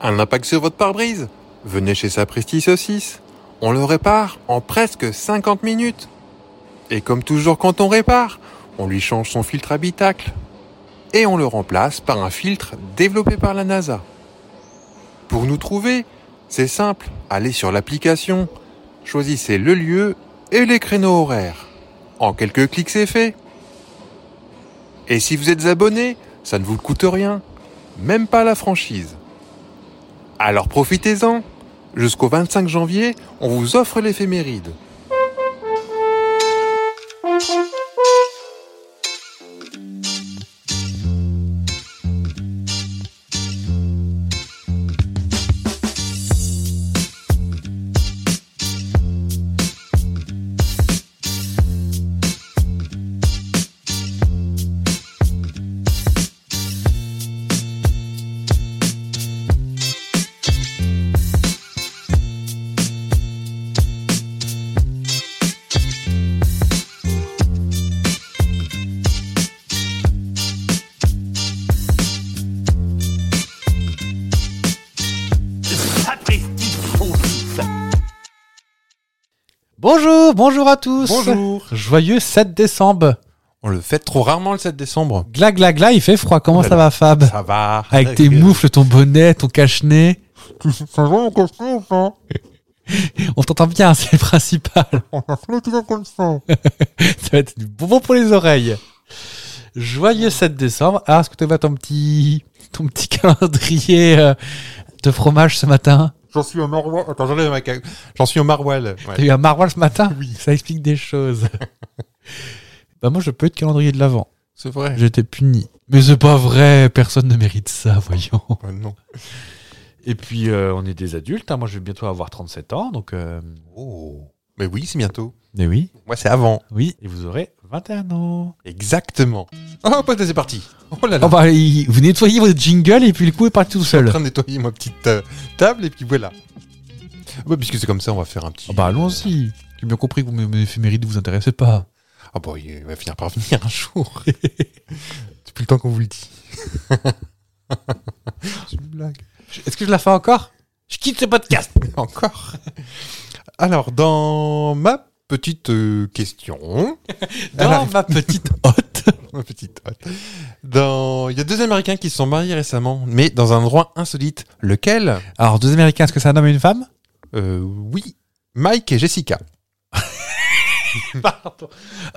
Un impact sur votre pare-brise Venez chez Sapristi Saucisse. On le répare en presque 50 minutes. Et comme toujours quand on répare, on lui change son filtre habitacle. Et on le remplace par un filtre développé par la NASA. Pour nous trouver, c'est simple, allez sur l'application, choisissez le lieu et les créneaux horaires. En quelques clics, c'est fait. Et si vous êtes abonné, ça ne vous coûte rien, même pas la franchise. Alors profitez-en. Jusqu'au 25 janvier, on vous offre l'éphéméride. Bonjour, bonjour à tous. Bonjour. Joyeux 7 décembre. On le fait trop rarement le 7 décembre. Gla gla gla, il fait froid. Comment Oh là ça là. va Fab Ça va. Avec tes moufles, ton bonnet, ton cache-nez. Ça va en question, ça On t'entend bien, c'est le principal. On a fait des comme ça. Ça va être du bonbon pour les oreilles. Joyeux 7 décembre. Ah, est-ce que tu vas ton petit, ton petit calendrier euh, de fromage ce matin J'en suis au Marwell. Attends, j'enlève ma ca- J'en suis au Marwell. Ouais. T'as eu un maroilles ce matin Oui. Ça explique des choses. bah moi, je peux être calendrier de l'avant. C'est vrai. J'étais puni. Mais c'est pas vrai, personne ne mérite ça, voyons. Ah non. Et puis, euh, on est des adultes. hein. Moi, je vais bientôt avoir 37 ans, donc... euh, Oh. Mais oui, c'est bientôt. Mais oui, Moi, c'est avant. oui. Et vous aurez 21 ans. Exactement. Oh, bah, c'est parti. Oh là là. Oh bah, il- vous nettoyez votre jingle et puis le coup est parti tout en seul. train de nettoyer ma petite euh, table et puis voilà. Ouais, puisque c'est comme ça, on va faire un petit. Ah bah allons-y. J'ai bien compris que mes éphémérides ne vous intéressaient pas. Ah bah, il va finir par venir un jour. Depuis le temps qu'on vous le dit. c'est une blague. Est-ce que je la fais encore Je quitte ce podcast. Encore. Alors, dans ma petite euh, question, Dans Alors- ma petite hotte. ma petite hotte, dans... il y a deux Américains qui se sont mariés récemment, mais dans un endroit insolite. Lequel Alors, deux Américains, est-ce que c'est un homme et une femme Euh, Oui, Mike et Jessica. Pardon.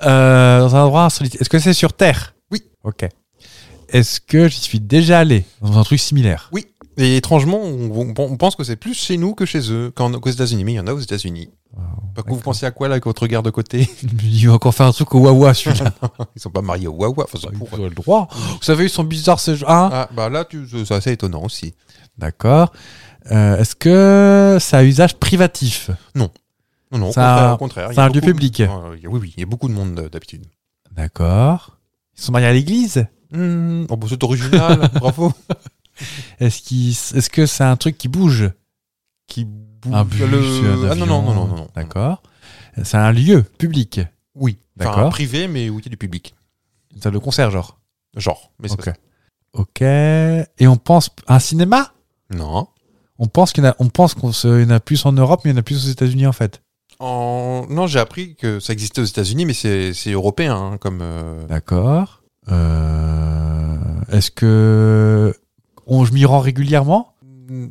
Euh, dans un endroit insolite. Est-ce que c'est sur Terre Oui. Ok. Est-ce que j'y suis déjà allé dans un truc similaire Et étrangement, on, on- on pense que c'est plus chez nous que chez eux, qu'en- qu'aux États-Unis. Mais il y en a aux États-Unis. Par contre, vous pensez à quoi là, avec votre regard de côté Il va encore faire un truc au Wawa, celui-là. Ils sont pas mariés au Wawa. Enfin, c'est pour- Il a le droit. Vous savez, ils sont bizarres, ces gens. Hein Ah, bah là, tu- c'est assez étonnant aussi. D'accord. Euh, Est-ce que ça a usage privatif Non, non, au C'est contraire, un- au contraire. c'est il y a un lieu beaucoup- public. Euh, il y a- oui, oui, il y a beaucoup de monde euh, d'habitude. D'accord. Ils sont mariés à l'église Hmm, oh, bah, c'est original, bravo. Est-ce qu'ils- est-ce que c'est un truc qui bouge Qui bouge Un bus, le- un Ah non, non, non, non, non. non. D'accord. C'est un lieu public. Oui, enfin, D'accord. un privé, mais où il y a du public. C'est le concert, genre. Genre, mais c'est Ok. pas ça. Ok. Et on pense un cinéma Non. On pense qu'il y en a, on pense qu'on se, il y en a plus en Europe, mais il y en a plus aux États-Unis en fait. En- Non, j'ai appris que ça existait aux États-Unis, mais c'est c'est européen, hein, comme. euh, D'accord. Euh, Est-ce que on, je m'y rends régulièrement Mm.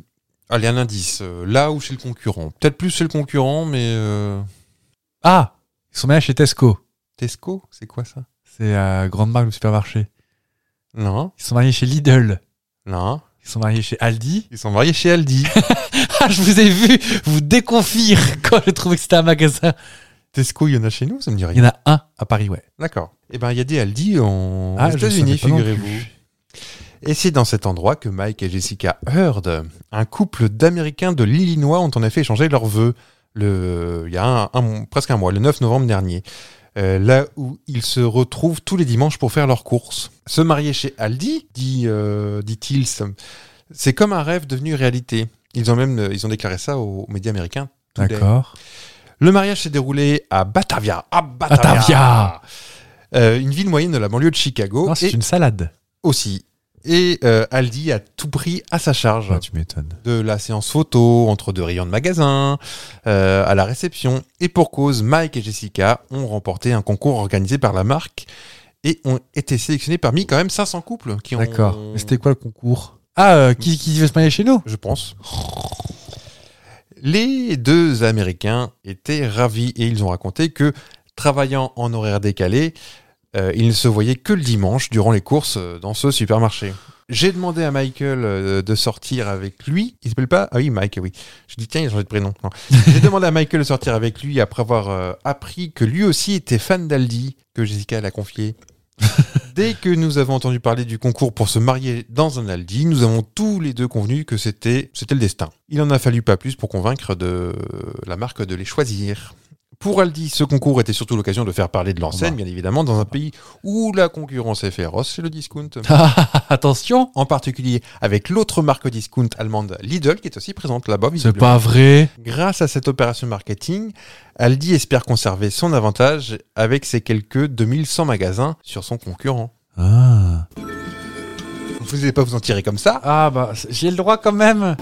Allez, un indice. euh, Là ou chez le concurrent. Peut-être plus chez le concurrent, mais euh, Ah, ils sont mariés chez Tesco. Tesco, c'est quoi ça C'est la grande marque du supermarché. Non, Ils sont mariés chez Lidl. non. Ils sont mariés chez Aldi. Ils sont mariés chez Aldi. Ah, je vous ai vu vous déconfire quand j'ai trouvé que c'était un magasin. Tesco, il y en a chez nous, ça me dit Il y rien. en a un à Paris, ouais. D'accord. Eh ben, il y a des Aldi en Ah, aux je États-Unis, savais pas non figurez-vous. plus. Et c'est dans cet endroit que Mike et Jessica Heard, un couple d'Américains de l'Illinois, ont en effet échangé leurs vœux le, il y a un- un- presque un mois, le 9 novembre dernier. Euh, là où ils se retrouvent tous les dimanches pour faire leurs courses. Se marier chez Aldi, dit, euh, dit-il, ça- c'est comme un rêve devenu réalité. Ils ont même euh, ils ont déclaré ça aux, aux médias américains. tous les- D'accord. Le mariage s'est déroulé à Batavia. À Batavia, Batavia Oh, Euh, Une ville moyenne de la banlieue de Chicago. Non, c'est et une salade. aussi Et euh, Aldi a tout pris à sa charge. Ah, tu m'étonnes. De la séance photo, entre deux rayons de magasin, euh, à la réception. Et pour cause, Mike et Jessica ont remporté un concours organisé par la marque et ont été sélectionnés parmi quand même 500 couples qui ont. D'accord. Mais C'était quoi le concours Ah, euh, qui, qui veut se marier chez nous Je pense. Les deux Américains étaient ravis et ils ont raconté que, travaillant en horaire décalé, euh, ils ne se voyaient que le dimanche durant les courses euh, dans ce supermarché. J'ai demandé à Michael euh, de sortir avec lui. Il s'appelle pas Ah oui, Mike, oui. Je dis tiens, il a changé de prénom. Non. J'ai demandé à Michael de sortir avec lui après avoir euh, appris que lui aussi était fan d'Aldi, que Jessica l'a confié. Dès que nous avons entendu parler du concours pour se marier dans un Aldi, nous avons tous les deux convenu que c'était c'était le destin. Il en a fallu pas plus pour convaincre de euh, la marque de les choisir. Pour Aldi, ce concours était surtout l'occasion de faire parler de l'enseigne, bien évidemment, dans un pays où la concurrence est féroce, c'est le discount. Attention En particulier avec l'autre marque discount allemande Lidl, qui est aussi présente là-bas, C'est visiblement. pas vrai. Grâce à cette opération marketing, Aldi espère conserver son avantage avec ses quelques 2100 magasins sur son concurrent. Ah. Vous n'allez pas vous en tirer comme ça Ah bah c- j'ai le droit quand même.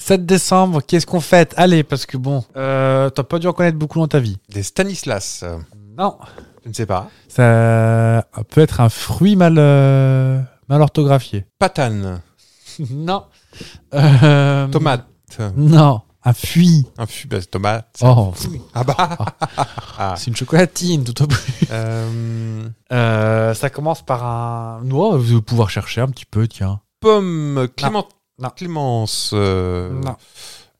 7 décembre, qu'est-ce qu'on fête Allez, parce que bon, euh, t'as pas dû en connaître beaucoup dans ta vie. Des Stanislas, euh, Non. je ne sais pas. Ça peut être un fruit mal, euh, mal orthographié. Patane, non. Euh, tomate, Non. Un fuit. un fût de tomate. Oh, Ah bah c'est une chocolatine, tout au plus. euh, Euh, ça commence par un noix, vous allez pouvoir chercher un petit peu, tiens. Pomme, Clément, Non. Clémence. euh, Non.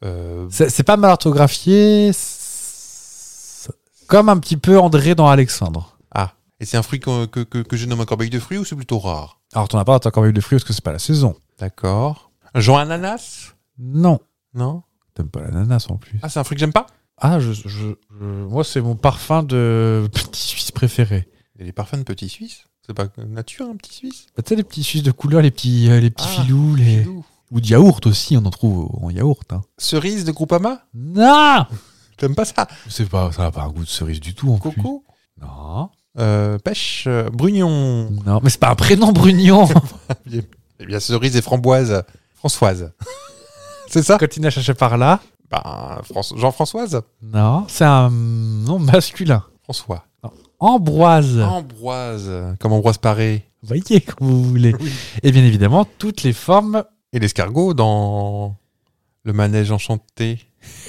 euh, C'est c'est pas mal orthographié. c'est- Comme un petit peu André dans Alexandre. ah, et c'est un fruit qu'on- que, que, que je nomme un corbeille de fruits ou c'est plutôt rare Alors, t'en as pas t'as encore eu de fruits parce que c'est pas la saison. D'accord. Jean Ananas Non. Non. T'aimes pas l'ananas en plus. Ah, c'est un fruit que j'aime pas Ah, je, je- je- moi, c'est mon parfum de petit suisse préféré. Et les parfums de petits suisses C'est pas nature, un petit suisse Bah, tu sais, les petits suisses de couleur, les petits, euh, les petits Ah, filous, les... Filou. ou de yaourt aussi, on en trouve en yaourt. Hein. Cerise de Groupama Non T'aimes pas ça C'est pas, ça n'a pas un goût de cerise du tout en plus. Coco Non. Euh, Pêche euh, Brugnon Non, mais c'est pas un prénom Brugnon. Eh bien, cerise et framboise. Françoise. c'est ça Quand il n'a cherché par là. Ben, Fran- Jean-Françoise Non, c'est un nom masculin. François. Ambroise. Ambroise, comme Ambroise Paré. Voyez comme vous voulez. Et bien évidemment, toutes les formes. Et l'escargot dans Le Manège Enchanté.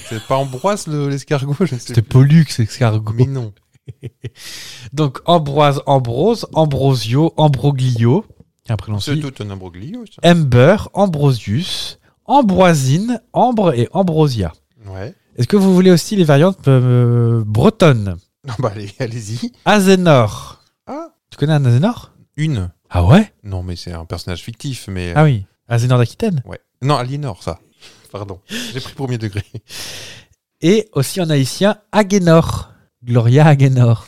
C'est pas Ambroise le- l'escargot je ne sais C'était Pollux, escargot. Mais non. Donc Ambroise, Ambrose, Ambrosio, Ambroglio. qui est Un prénom C'est si. tout un imbroglio, ça. Amber, Ambrosius, Ambroisine, Ambre et Ambrosia. Ouais. Est-ce que vous voulez aussi les variantes euh, bretonnes Non, bah, allez- allez-y. Azénor. Ah. Euh. Tu connais un Azénor Une. Ah ouais Non, mais c'est un personnage fictif, mais. Ah oui. Azénor d'Aquitaine. Ouais. Non, Aliénor, ça. Pardon. J'ai pris premier degré. Et aussi en haïtien, Agénor. Gloria Agénor.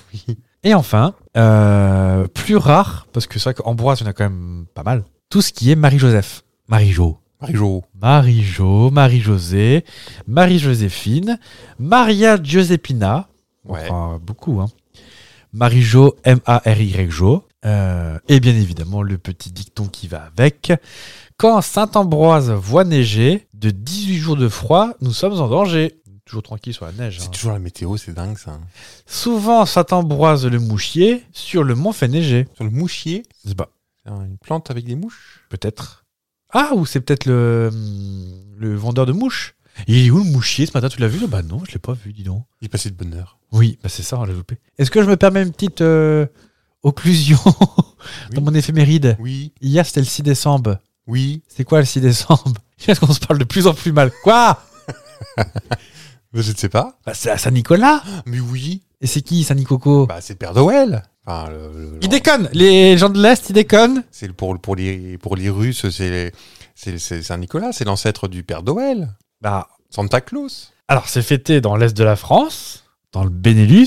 Et enfin, euh, plus rare, parce que c'est vrai qu'Ambroise, il y en a quand même pas mal, tout ce qui est Marie-Joseph. Marie-Jo. Marie-Jo. Marie-Jo, Marie-Josée, Marie-Joséphine, Maria Giuseppina. Ouais. Enfin, beaucoup, hein. Marie-Jo, M-A-R-Y-Jo. Euh, et bien évidemment, le petit dicton qui va avec. Quand Saint-Ambroise voit neiger, de 18 jours de froid, nous sommes en danger. Toujours tranquille sur la neige. hein. C'est toujours la météo, c'est dingue, ça. Souvent, Saint-Ambroise le mouchier sur le mont fait neiger. Sur le mouchier, Je sais pas, c'est une plante avec des mouches. peut-être. Ah, ou c'est peut-être le, le vendeur de mouches. Il est où le mouchier ce matin Tu l'as vu Bah non, je l'ai pas vu, dis donc. Il passait de bonne heure. Oui, bah c'est ça, on l'a loupé. Est-ce que je me permets une petite euh, occlusion dans Oui. mon éphéméride Oui, Hier, c'était le 6 décembre. oui. C'est quoi le 6 décembre Est-ce qu'on se parle de plus en plus mal Quoi Mais Je ne sais pas. bah, C'est à Saint-Nicolas Mais oui. Et c'est qui, Saint-Nicoco Bah, c'est le Père Noël. Enfin, le- le- Ils déconnent Les gens de l'Est, ils déconnent c'est le- pour, pour, les, pour les Russes, c'est c'est- c'est Saint-Nicolas, c'est l'ancêtre du Père Noël. Bah, Santa Claus. Alors, c'est fêté dans l'Est de la France, dans le Benelux,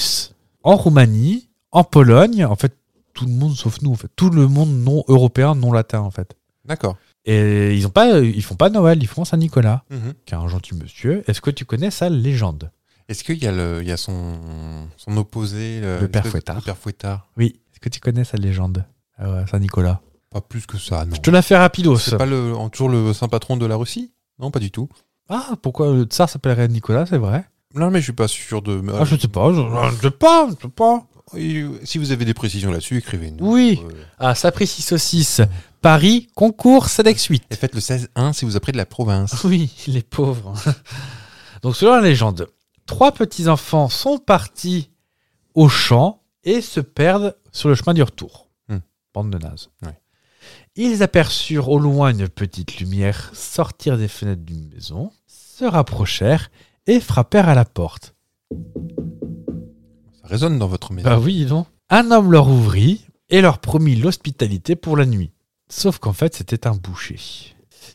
en Roumanie, en Pologne, en fait, tout le monde sauf nous, en fait. Tout le monde non européen, non latin, en fait. D'accord. Et ils ont pas, ils font pas Noël, ils font Saint-Nicolas, Mhm. qui est un gentil monsieur. Est-ce que tu connais sa légende Est-ce qu'il y a, le, il y a son, son opposé, Le l'espèce père de- Fouettard. le père Fouettard Oui. Est-ce que tu connais sa légende Ah ouais, Saint-Nicolas Pas plus que ça, non. Je te la fais rapidos. C'est pas le, en- toujours le saint patron de la Russie Non, pas du tout. Ah, pourquoi le tsar s'appellerait Nicolas, c'est vrai Non, mais je suis pas sûr de. Ah, je sais pas, je, je sais pas, je sais pas. Et Si vous avez des précisions là-dessus, écrivez-nous. Oui. Euh, Ah, Sapristi Saucisse, Paris, concours, Select Et 8. faites le 16-1 si vous appelez de la province. Oui, les pauvres. Donc, selon la légende, trois petits-enfants sont partis au champ et se perdent sur le chemin du retour. Hmm. Bande de nazes. Ouais. Ils aperçurent au loin une petite lumière sortir des fenêtres d'une maison, se rapprochèrent et frappèrent à la porte. Ça résonne dans votre maison. Bah oui, dis donc. Un homme leur ouvrit et leur promit l'hospitalité pour la nuit. Sauf qu'en fait, c'était un boucher.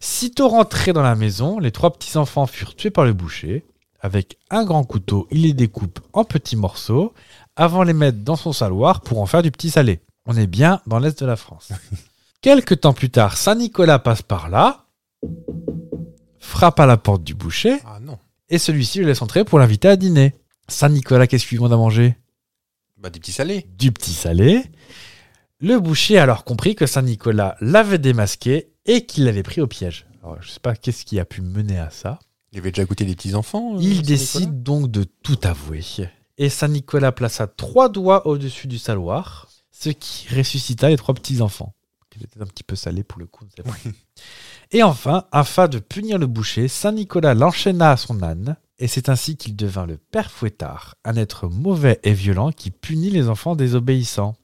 Sitôt rentrés dans la maison, les trois petits-enfants furent tués par le boucher. Avec un grand couteau, il les découpe en petits morceaux avant de les mettre dans son saloir pour en faire du petit salé. On est bien dans l'est de la France. Quelque temps plus tard, Saint-Nicolas passe par là, frappe à la porte du boucher Ah non. et celui-ci le laisse entrer pour l'inviter à dîner. Saint-Nicolas, qu'est-ce qu'il demande à manger Bah des petits salés. du petit salé. Le boucher a alors compris que Saint-Nicolas l'avait démasqué et qu'il l'avait pris au piège. Alors, je sais pas qu'est-ce qui a pu mener à ça. Il avait déjà goûté des petits enfants. euh, Il Saint-Nicolas décide donc de tout avouer. Et Saint-Nicolas plaça trois doigts au-dessus du saloir, ce qui ressuscita les trois petits-enfants. Ils étaient un petit peu salés pour le coup. c'est vrai. Et enfin, afin de punir le boucher, Saint-Nicolas l'enchaîna à son âne, et c'est ainsi qu'il devint le père fouettard, un être mauvais et violent qui punit les enfants désobéissants.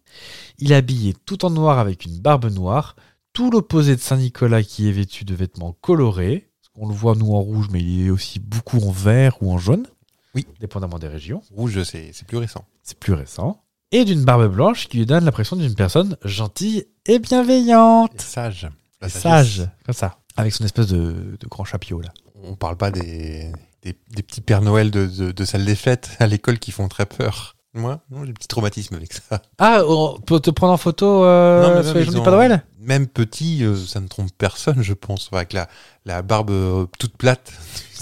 Il habillait tout en noir avec une barbe noire, tout l'opposé de Saint-Nicolas qui est vêtu de vêtements colorés. On le voit, nous, en rouge, mais il est aussi beaucoup en vert ou en jaune. Oui. Dépendamment des régions. Rouge, c'est c'est plus récent. C'est plus récent. Et d'une barbe blanche qui lui donne l'impression d'une personne gentille et bienveillante. Et sage. La sagesse. Sage, comme Ah, ça. Avec son espèce de, de grand chapillot, là. On parle pas des, des, des petits Pères Noël de, de, de salle des fêtes à l'école qui font très peur. Moi, non, j'ai un petit traumatisme avec ça. Ah, on peut te prendre en photo euh, Non, mais sur même les ils gens du ont- Père Noël Même petit, euh, ça ne trompe personne, je pense. Enfin, avec la, la barbe euh, toute plate.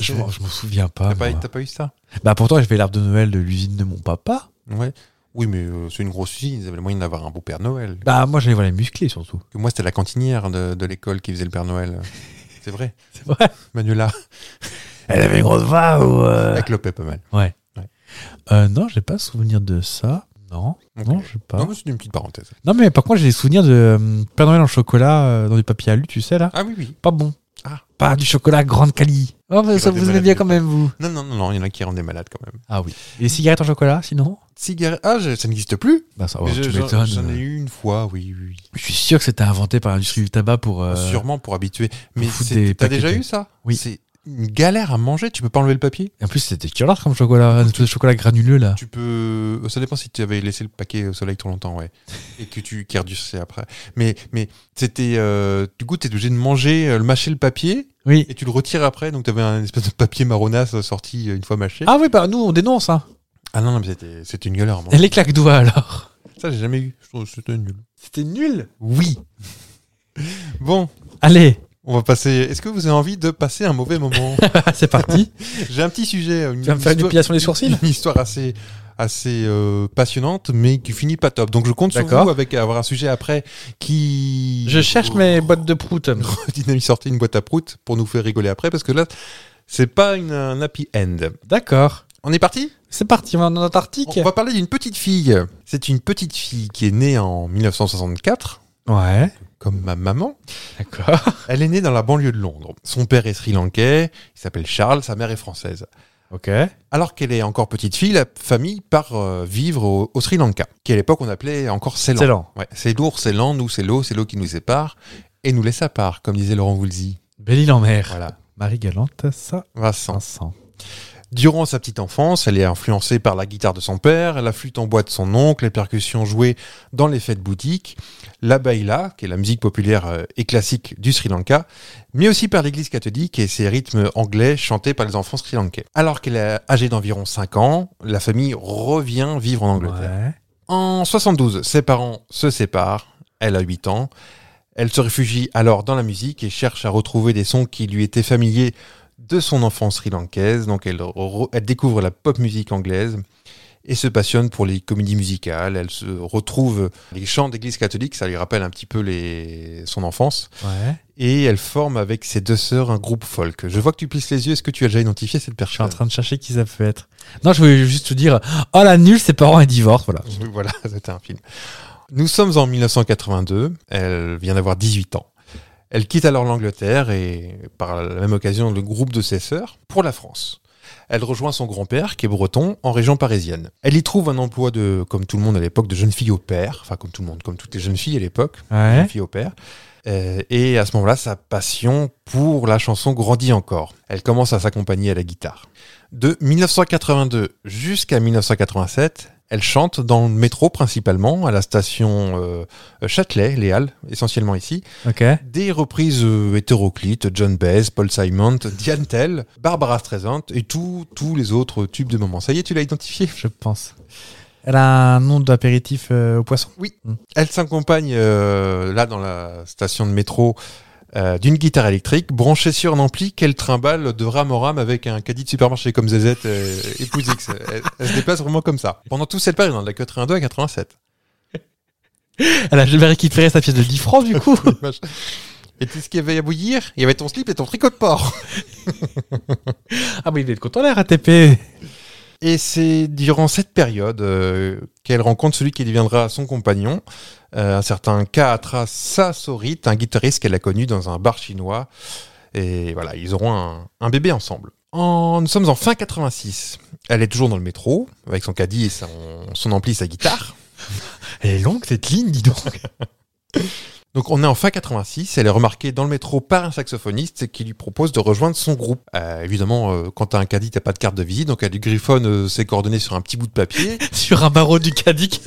Je m'en je m'en souviens pas. T'as pas, moi. t'as pas eu ça Bah, pourtant, j'avais l'arbre de Noël de l'usine de mon papa. Ouais. Oui, mais euh, c'est une grosse usine. Ils avaient le moyen d'avoir un beau Père Noël. Bah, moi, j'allais voir les musclés, surtout. Que moi, c'était la cantinière de, de l'école qui faisait le Père Noël. C'est vrai. C'est vrai. Manuela, Elle avait une grosse voix ou. euh, elle clopait pas mal. euh, non, j'ai pas souvenir de ça. Non, Ok. non, je sais pas. euh, Non, mais c'est une petite parenthèse. Non, mais par contre, j'ai des souvenirs de euh, Père Noël en chocolat euh, dans du papier alu, tu sais, là. Ah oui, oui. Pas bon. Ah. Pas du chocolat grande qualité. Oh, mais Il ça rend des vous aimez malades, bien les quand même, vous. Non, non, non, non, il y en a qui rendaient malade quand même. Ah oui. Et les cigarettes en chocolat, sinon Cigarette. Ah, je- ça n'existe plus Bah, ça, Mais va, je- tu j'en- m'étonnes. J'en ai eu une fois, oui, oui. Je suis sûr que c'était inventé par l'industrie du tabac pour. euh, Sûrement pour habituer. Mais vous foutez c'est- des t'as paquets déjà de- eu ça Oui. C'est une galère à manger. Tu peux pas enlever le papier Et en plus, c'était colère comme chocolat, un espèce de chocolat granuleux, là. Tu peux. Ça dépend si tu avais laissé le paquet au soleil trop longtemps, ouais. Et que tu qui réduisait après. Mais, mais c'était. euh, Du coup, t'es obligé de manger, euh, le mâcher le papier Oui. et tu le retires après. Donc t'avais un espèce de papier marronasse euh, sorti euh, une fois mâché. Ah oui, bah nous, on dénonce, hein. Ah non, non, mais c'était c'était une galère à Et manger. les claques doigts, alors. Ça, j'ai jamais eu. Je trouve que c'était nul. C'était nul. Oui. bon, Allez, on va passer. Est-ce que vous avez envie de passer un mauvais moment c'est parti. J'ai un petit sujet. Une, vas me faire une histoire- épilation des sourcils Une histoire assez assez euh, passionnante, mais qui finit pas top. Donc je compte sur D'accord. vous avec avoir un sujet après qui. Je cherche mes boîtes de prout. Dynamique sortait une boîte à prout pour nous faire rigoler après, parce que là, c'est pas une, un happy end. D'accord. On est parti C'est parti, on va en Antarctique. On va parler d'une petite fille. C'est une petite fille qui est née en 1964, Ouais. comme ma maman. D'accord. Elle est née dans la banlieue de Londres. Son père est sri-lankais, il s'appelle Charles, sa mère est française. Ok. Alors qu'elle est encore petite fille, la famille part euh, vivre au, au Sri Lanka, qui à l'époque on appelait encore Ceylan. Excellent. Ouais, c'est lourd, c'est lent, nous c'est l'eau, c'est l'eau qui nous sépare et nous laisse à part, comme disait Laurent Voulzy. Belle île en mer. Voilà, Marie Galante, ça, Vincent. Vincent. Durant sa petite enfance, elle est influencée par la guitare de son père, la flûte en bois de son oncle, les percussions jouées dans les fêtes boutiques, la baïla, qui est la musique populaire euh, et classique du Sri Lanka, mais aussi par l'église catholique et ses rythmes anglais chantés par les enfants sri-lankais. Alors qu'elle est âgée d'environ 5 ans, la famille revient vivre en Angleterre. Ouais. En 72, ses parents se séparent, elle a 8 ans. Elle se réfugie alors dans la musique et cherche à retrouver des sons qui lui étaient familiers de son enfance sri-lankaise. Donc elle, re- elle découvre la pop musique anglaise et se passionne pour les comédies musicales. Elle se retrouve les chants d'église catholique, ça lui rappelle un petit peu les... son enfance. Ouais. Et elle forme avec ses deux sœurs un groupe folk. Je vois que tu plisses les yeux. Est-ce que tu as déjà identifié cette Je suis en personne train de chercher qui ça peut être. Non, je voulais juste te dire, oh la nulle, ses parents, ils divorcent, voilà. Oui, Voilà, c'était un film. Nous sommes en 1982, elle vient d'avoir 18 ans. Elle quitte alors l'Angleterre et, par la même occasion, le groupe de ses sœurs pour la France. Elle rejoint son grand-père, qui est breton, en région parisienne. Elle y trouve un emploi de, comme tout le monde à l'époque, de jeune fille au père, enfin comme tout le monde, comme toutes les jeunes filles à l'époque, Ouais. jeune fille au père. Euh, et à ce moment-là, sa passion pour la chanson grandit encore. Elle commence à s'accompagner à la guitare. De 1982 jusqu'à 1987, elle chante dans le métro principalement, à la station euh, Châtelet, Les Halles, essentiellement ici. Ok. Des reprises euh, hétéroclites, John Baez, Paul Simon, Diane Tell, Barbara Streisand et tous tous les autres tubes de moment. Ça y est, tu l'as identifié Je pense. Elle a un nom d'apéritif euh, au poisson. Elle s'accompagne euh, là dans la station de métro euh, d'une guitare électrique branchée sur un ampli qu'elle trimballe de rame en rame avec un caddie de supermarché comme Zezette et, et Pouzix. Elle, elle se déplace vraiment comme ça. Pendant toute cette période, hein, de la 82 à 87. Elle a jamais récupéré sa pièce de 10 francs, du coup. Et tu sais ce qu'il y avait à bouillir Il y avait ton slip et ton tricot de porc. ah, mais il est content, la RATP. Et c'est durant cette période euh, qu'elle rencontre celui qui deviendra son compagnon, euh, un certain Kaatra Sasorit, un guitariste qu'elle a connu dans un bar chinois. Et voilà, ils auront un, un bébé ensemble. En, nous sommes en fin 86. Elle est toujours dans le métro, avec son caddie et son, son ampli, sa guitare. Elle est longue, cette ligne, dis donc. Donc on est en fin 86, elle est remarquée dans le métro par un saxophoniste qui lui propose de rejoindre son groupe. Euh, évidemment, euh, quand t'as un caddie, t'as pas de carte de visite, donc elle lui griffonne euh, ses coordonnées sur un petit bout de papier. Sur un barreau du caddie. qui-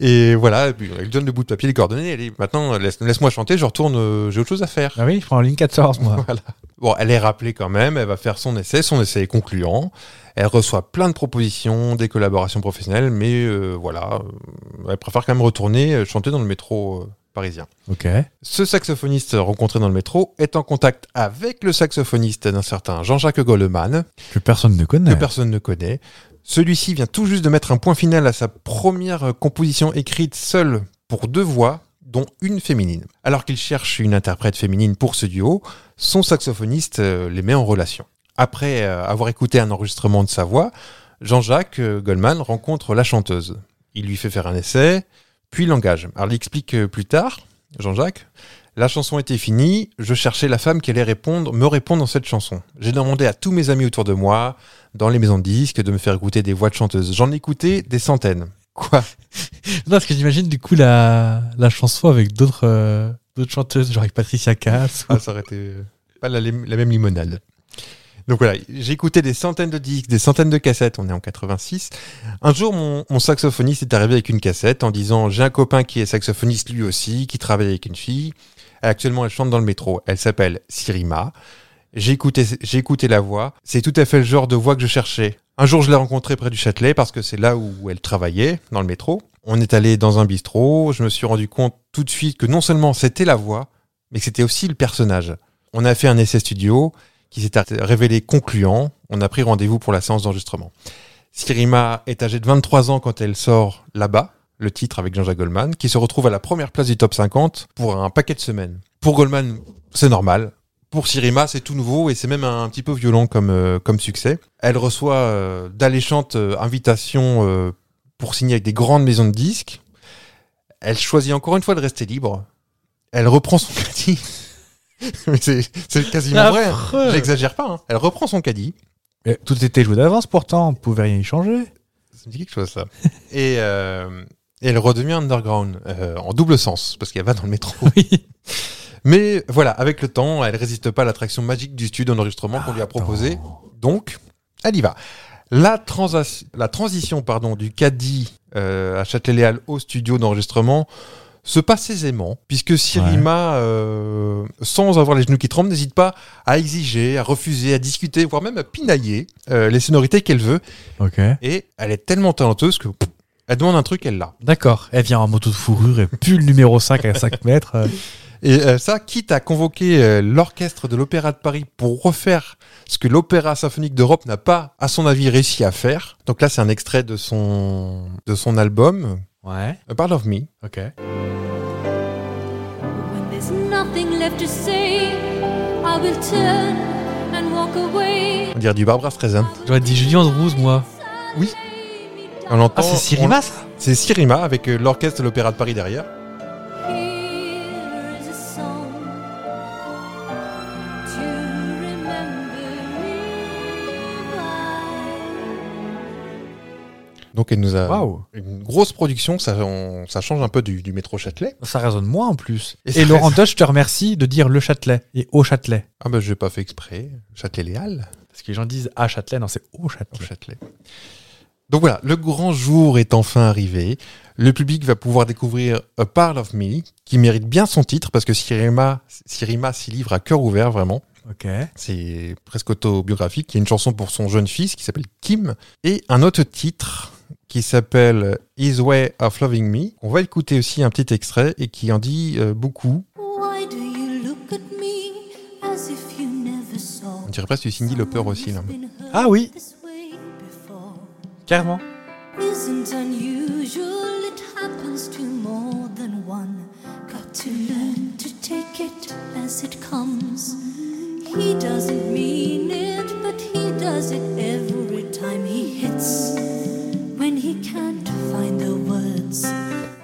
Et voilà, et puis elle lui donne le bout de papier, les coordonnées, elle dit maintenant laisse- laisse-moi chanter, je retourne, euh, j'ai autre chose à faire. Ah oui, je prends en ligne 14, moi. Voilà. Bon, elle est rappelée quand même, elle va faire son essai, son essai est concluant, elle reçoit plein de propositions, des collaborations professionnelles, mais euh, voilà, euh, elle préfère quand même retourner euh, chanter dans le métro euh, parisien. Ok. Ce saxophoniste rencontré dans le métro est en contact avec le saxophoniste d'un certain Jean-Jacques Goleman, Que personne ne connaît. que personne ne connaît. Celui-ci vient tout juste de mettre un point final à sa première euh, composition écrite seule pour deux voix, dont une féminine. Alors qu'il cherche une interprète féminine pour ce duo, son saxophoniste euh, les met en relation. Après euh, avoir écouté un enregistrement de sa voix, Jean-Jacques euh, Goldman rencontre la chanteuse. Il lui fait faire un essai, puis l'engage. Alors il explique euh, plus tard, Jean-Jacques, la chanson était finie, je cherchais la femme qui allait répondre, me répondre dans cette chanson. J'ai demandé à tous mes amis autour de moi, dans les maisons de disques, de me faire écouter des voix de chanteuses. J'en ai écouté des centaines. Quoi Non, parce que j'imagine du coup la, la chanson avec d'autres euh, d'autres chanteuses, genre avec Patricia Cass. Ah, Ça aurait été euh, pas la, lim- la même limonade. Donc voilà, j'ai écouté des centaines de disques, des centaines de cassettes, on est en 86. Un jour, mon, mon saxophoniste est arrivé avec une cassette en disant « J'ai un copain qui est saxophoniste lui aussi, qui travaille avec une fille. Actuellement, elle chante dans le métro. Elle s'appelle Sirima. J'ai écouté, j'ai écouté la voix. C'est tout à fait le genre de voix que je cherchais. Un jour, je l'ai rencontrée près du Châtelet parce que c'est là où elle travaillait, dans le métro. On est allé dans un bistrot. Je me suis rendu compte tout de suite que non seulement c'était la voix, mais que c'était aussi le personnage. On a fait un essai studio qui s'est arrêté- révélé concluant. On a pris rendez-vous pour la séance d'enregistrement. Sirima est âgée de 23 ans quand elle sort là-bas, le titre avec Jean-Jacques Goldman, qui se retrouve à la première place du top 50 pour un paquet de semaines. Pour Goldman, c'est normal. Pour Sirima, c'est tout nouveau et c'est même un, petit peu violent comme, euh, comme succès. Elle reçoit euh, d'alléchantes euh, invitations euh, pour signer avec des grandes maisons de disques. Elle choisit encore une fois de rester libre. Elle reprend son caddie. Mais c'est c'est quasiment vrai. hein. Affreux. J'exagère pas. hein. Elle reprend son caddie. Eh, Tout était joué d'avance pourtant, on pouvait rien y changer. Ça me dit quelque chose, ça. et, euh, et elle redevient underground, euh, en double sens, parce qu'elle va dans le métro. Oui. Mais voilà, avec le temps, elle résiste pas à l'attraction magique du studio d'enregistrement qu'on lui a proposé. Oh, Donc, elle y va. La, transa- la transition pardon, du caddie euh, à Châtelet-Léal au studio d'enregistrement se passe aisément, puisque Sirima, euh, sans avoir les genoux qui tremblent, n'hésite pas à exiger, à refuser, à discuter, voire même à pinailler euh, les sonorités qu'elle veut. Ok. Et elle est tellement talenteuse que pff, elle demande un truc, elle l'a. Eh D'accord. Elle vient en moto de fourrure et pull numéro 5 à 5 mètres. euh, Et euh, ça, quitte à convoquer euh, l'orchestre de l'Opéra de Paris pour refaire ce que l'Opéra symphonique d'Europe n'a pas, à son avis, réussi à faire. Donc là, c'est un extrait de son, de son album, Ouais, Ah, A Part of Me. ok. When there's nothing left to say, I will turn and walk away. On dirait du Barbara Streisand. J'aurais dit Julien Drouze, moi. Oui. On l'entend. Ah, c'est Sirima, ça Oh, on- C'est Sirima avec euh, l'orchestre de l'Opéra de Paris derrière. Here is a song to remember me by. Donc elle nous a Euh, Waouh. une grosse production. Ça, on- ça change un peu du, du métro Châtelet. Ça résonne moins en plus. Et Et, ça Laurent résonne. Deutsch, je te remercie de dire le Châtelet et au Châtelet. Ah bah je l'ai pas fait exprès. Châtelet les Halles. Parce que les gens disent à Châtelet, non, c'est au Châtelet. au Châtelet. Donc voilà, le grand jour est enfin arrivé. Le public va pouvoir découvrir A Part of Me, qui mérite bien son titre, parce que Sirima, Sirima s'y livre à cœur ouvert, vraiment. Ok. C'est presque autobiographique. Il y a une chanson pour son jeune fils qui s'appelle Kim, et un autre titre qui s'appelle His Way of Loving Me. On va écouter aussi un petit extrait et qui en dit euh, beaucoup. Why do you look at me as if you never saw? On dirait presque du Cindy Lauper aussi, là. Ah oui. This way before. Carrément. isn't unusual. It happens to more than one. Got to learn to take it as it comes. He doesn't mean it, but he does it every time he hits. When he can't find the words.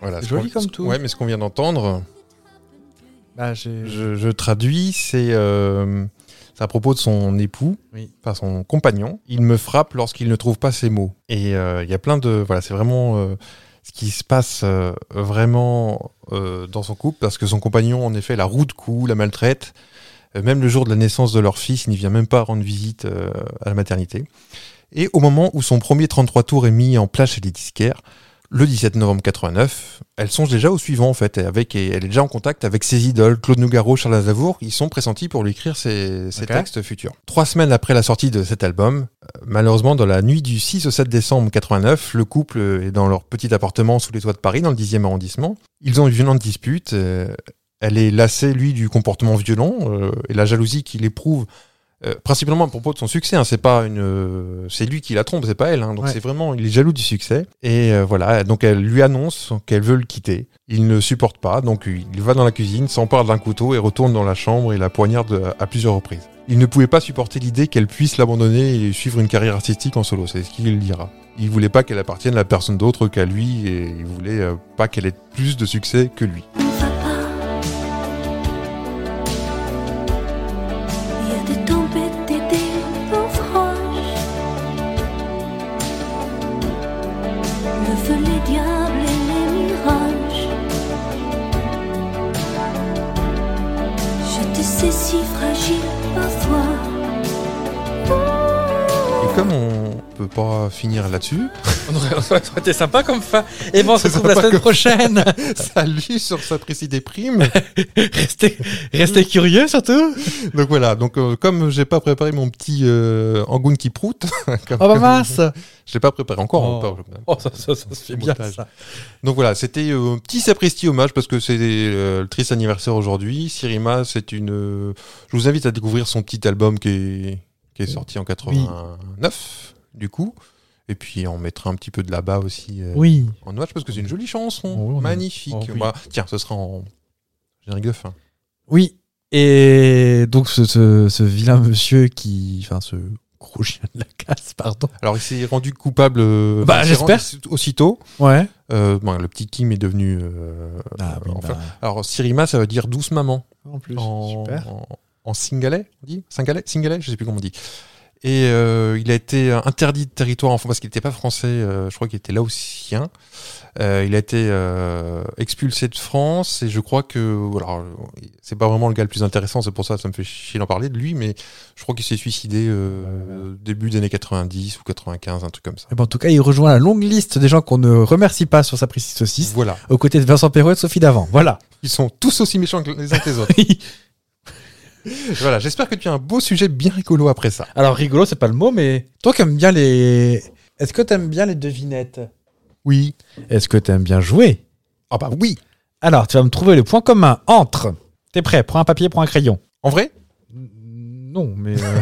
Voilà, C'est ce qu'on- joli comme ce- tout. Ouais, mais ce qu'on vient d'entendre, Bah, j'ai. Je, je traduis, c'est euh, c'est à propos de son époux, Oui. enfin son compagnon. Il me frappe lorsqu'il ne trouve pas ses mots. Et euh, il y a plein de. Voilà, c'est vraiment euh, ce qui se passe euh, vraiment euh, dans son couple, parce que son compagnon, en effet, la roue de cou, la maltraite. Euh, Même le jour de la naissance de leur fils, il n'y vient même pas rendre visite euh, à la maternité. Et au moment où son premier 33 tours est mis en place chez les disquaires, le 17 novembre 89, elle songe déjà au suivant en fait, et avec, et elle est déjà en contact avec ses idoles, Claude Nougaro, Charles Aznavour, ils sont pressentis pour lui écrire ses, ses Ok. textes futurs. Trois semaines après la sortie de cet album, euh, malheureusement dans la nuit du 6 au 7 décembre 89, le couple est dans leur petit appartement sous les toits de Paris, dans le 10e arrondissement. Ils ont une violente dispute, euh, elle est lassée lui du comportement violent, euh, et la jalousie qu'il éprouve euh, principalement à propos de son succès, hein, c'est pas une, euh, c'est lui qui la trompe, c'est pas elle, hein, donc Ouais. c'est vraiment, il est jaloux du succès et euh, voilà, donc elle lui annonce qu'elle veut le quitter. Il ne supporte pas, donc il va dans la cuisine, s'empare d'un couteau et retourne dans la chambre et la poignarde à plusieurs reprises. Il ne pouvait pas supporter l'idée qu'elle puisse l'abandonner et suivre une carrière artistique en solo, c'est ce qu'il dira. Il voulait pas qu'elle appartienne à personne d'autre qu'à lui et il voulait euh, pas qu'elle ait plus de succès que lui. Ne va pas. Il y a des tempêtes et des naufrages. Le feu, les diables et les mirages. Je te sais si fragile parfois. Ah. Et comme on peut pas finir là-dessus, On aurait, on aurait été sympa comme fin. Et bon, on se C'est retrouve la sympa semaine prochaine. salut sur Sapristi des primes. restez, restez curieux surtout. Donc voilà, donc euh, comme j'ai pas préparé mon petit euh, angoune qui proute, comme, Oh bah mince. je l'ai pas préparé encore. Oh. encore, je- Oh, ça, ça- ça se fait bien Montage. ça. Donc voilà, c'était euh, un petit sapristi hommage parce que c'est euh, le triste anniversaire aujourd'hui. Sirima, c'est une. euh, je vous invite à découvrir son petit album qui est, qui est sorti en 89, du coup. Et puis on mettra un petit peu de là-bas aussi euh, Oui. en hommage parce que c'est une jolie chanson, Oh, on est- magnifique. oh, oui. Bah, tiens, ce sera en générique de fin. Oui. Et donc ce, ce- ce vilain monsieur qui, enfin ce gros chien de la casse, pardon. Alors il s'est rendu coupable. euh, Bah, il s'est rendu Aussitôt. Ouais. Euh, bon, le petit Kim est devenu. euh, Ah, oui, enfin, bah, Alors, Sirima, ça veut dire douce maman. en plus. En, Super. en, en singalais, on dit Singalais Singalais, je sais plus comment on dit. Et euh, il a été interdit de territoire en France parce qu'il n'était pas français, euh, je crois qu'il était laotien. Euh, il a été euh, expulsé de France et je crois que. Alors, c'est pas vraiment le gars le plus intéressant, c'est pour ça que ça me fait chier d'en parler de lui, mais je crois qu'il s'est suicidé euh, début des années 90 ou 95, un truc comme ça. Eh ben, en tout cas, il rejoint la longue liste des gens qu'on ne remercie pas sur sa précise saucisse, Voilà, aux côtés de Vincent Perrault et de Sophie Davant. Voilà. ils sont tous aussi méchants que les uns que les autres. Voilà, j'espère que tu as un beau sujet bien rigolo après ça. Alors rigolo, c'est pas le mot, mais toi qui aimes bien les. Est-ce que t'aimes bien les devinettes Oui. Est-ce que t'aimes bien jouer Ah bah oui. Alors, tu vas me trouver le point commun entre T'es prêt Prends un papier, prends un crayon. En vrai Non, mais. euh,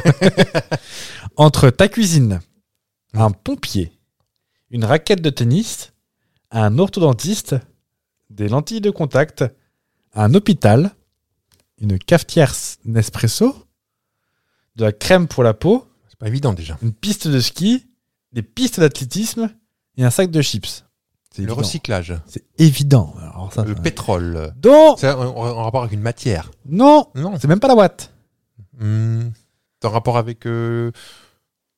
Entre ta cuisine, un pompier, une raquette de tennis, un orthodontiste, des lentilles de contact, un hôpital, une cafetière s- Nespresso, de la crème pour la peau, C'est pas évident déjà. une piste de ski, des pistes d'athlétisme et un sac de chips. C'est Le évident. recyclage, C'est évident. Alors ça, le ça- pétrole. Non, C'est en, en rapport avec une matière. non, Non. c'est même pas la boîte. Hmm. C'est en rapport avec. euh,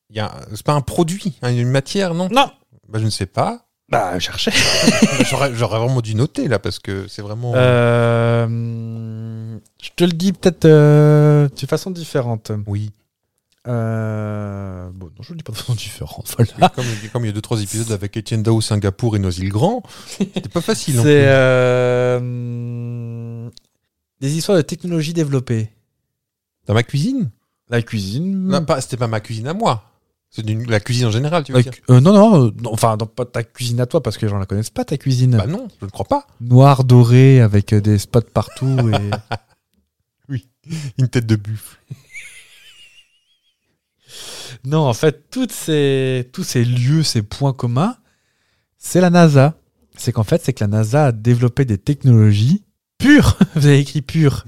y a- C'est pas un produit, hein, une matière, non Non. Bah, Je ne sais pas. Bah, Bah, cherchez. J'aurais j'aurais vraiment dû noter là parce que c'est vraiment. Euh, je te le dis peut-être euh, de façon différente. Oui. Euh, bon, non, je le dis pas de façon différente. Voilà. Comme, comme il y a deux trois épisodes avec Étienne Dao, Singapour et nos îles grands, c'était pas facile. non C'est plus. euh, des histoires de technologie développée. Dans ma cuisine La cuisine. Non, pas- c'était pas ma cuisine à moi. C'est d'une- la cuisine en général, tu veux La dire cu- euh, non, non, euh, non, enfin, dans, pas ta cuisine à toi, parce que les gens la connaissent pas, ta cuisine. Bah non, je ne crois pas. Noir, doré, avec euh, des spots partout. et... Une tête de buffle. Non, en fait, toutes ces, tous ces lieux, ces points communs, c'est la NASA. C'est qu'en fait, c'est que la NASA a développé des technologies pures. Vous avez écrit pures.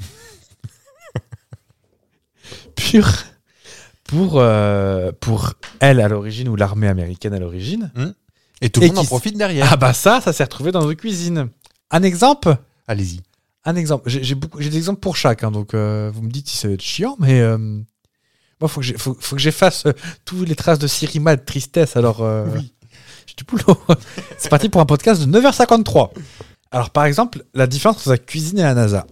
pures. Pour, euh, pour elle à l'origine ou l'armée américaine à l'origine. Et tout le Et monde en qui s- profite derrière. Ah bah ça, ça s'est retrouvé dans nos cuisines. Un exemple Allez-y. un exemple. J'ai j'ai beaucoup, j'ai des exemples pour chaque, hein, donc euh, vous me dites si ça va être chiant, mais euh, moi, faut que j'ai- faut, faut que j'efface euh, toutes les traces de Sirima et de tristesse. Alors, euh, j'ai du boulot. C'est parti pour un podcast de 9h53. Alors, par exemple, la différence entre la cuisine et la NASA,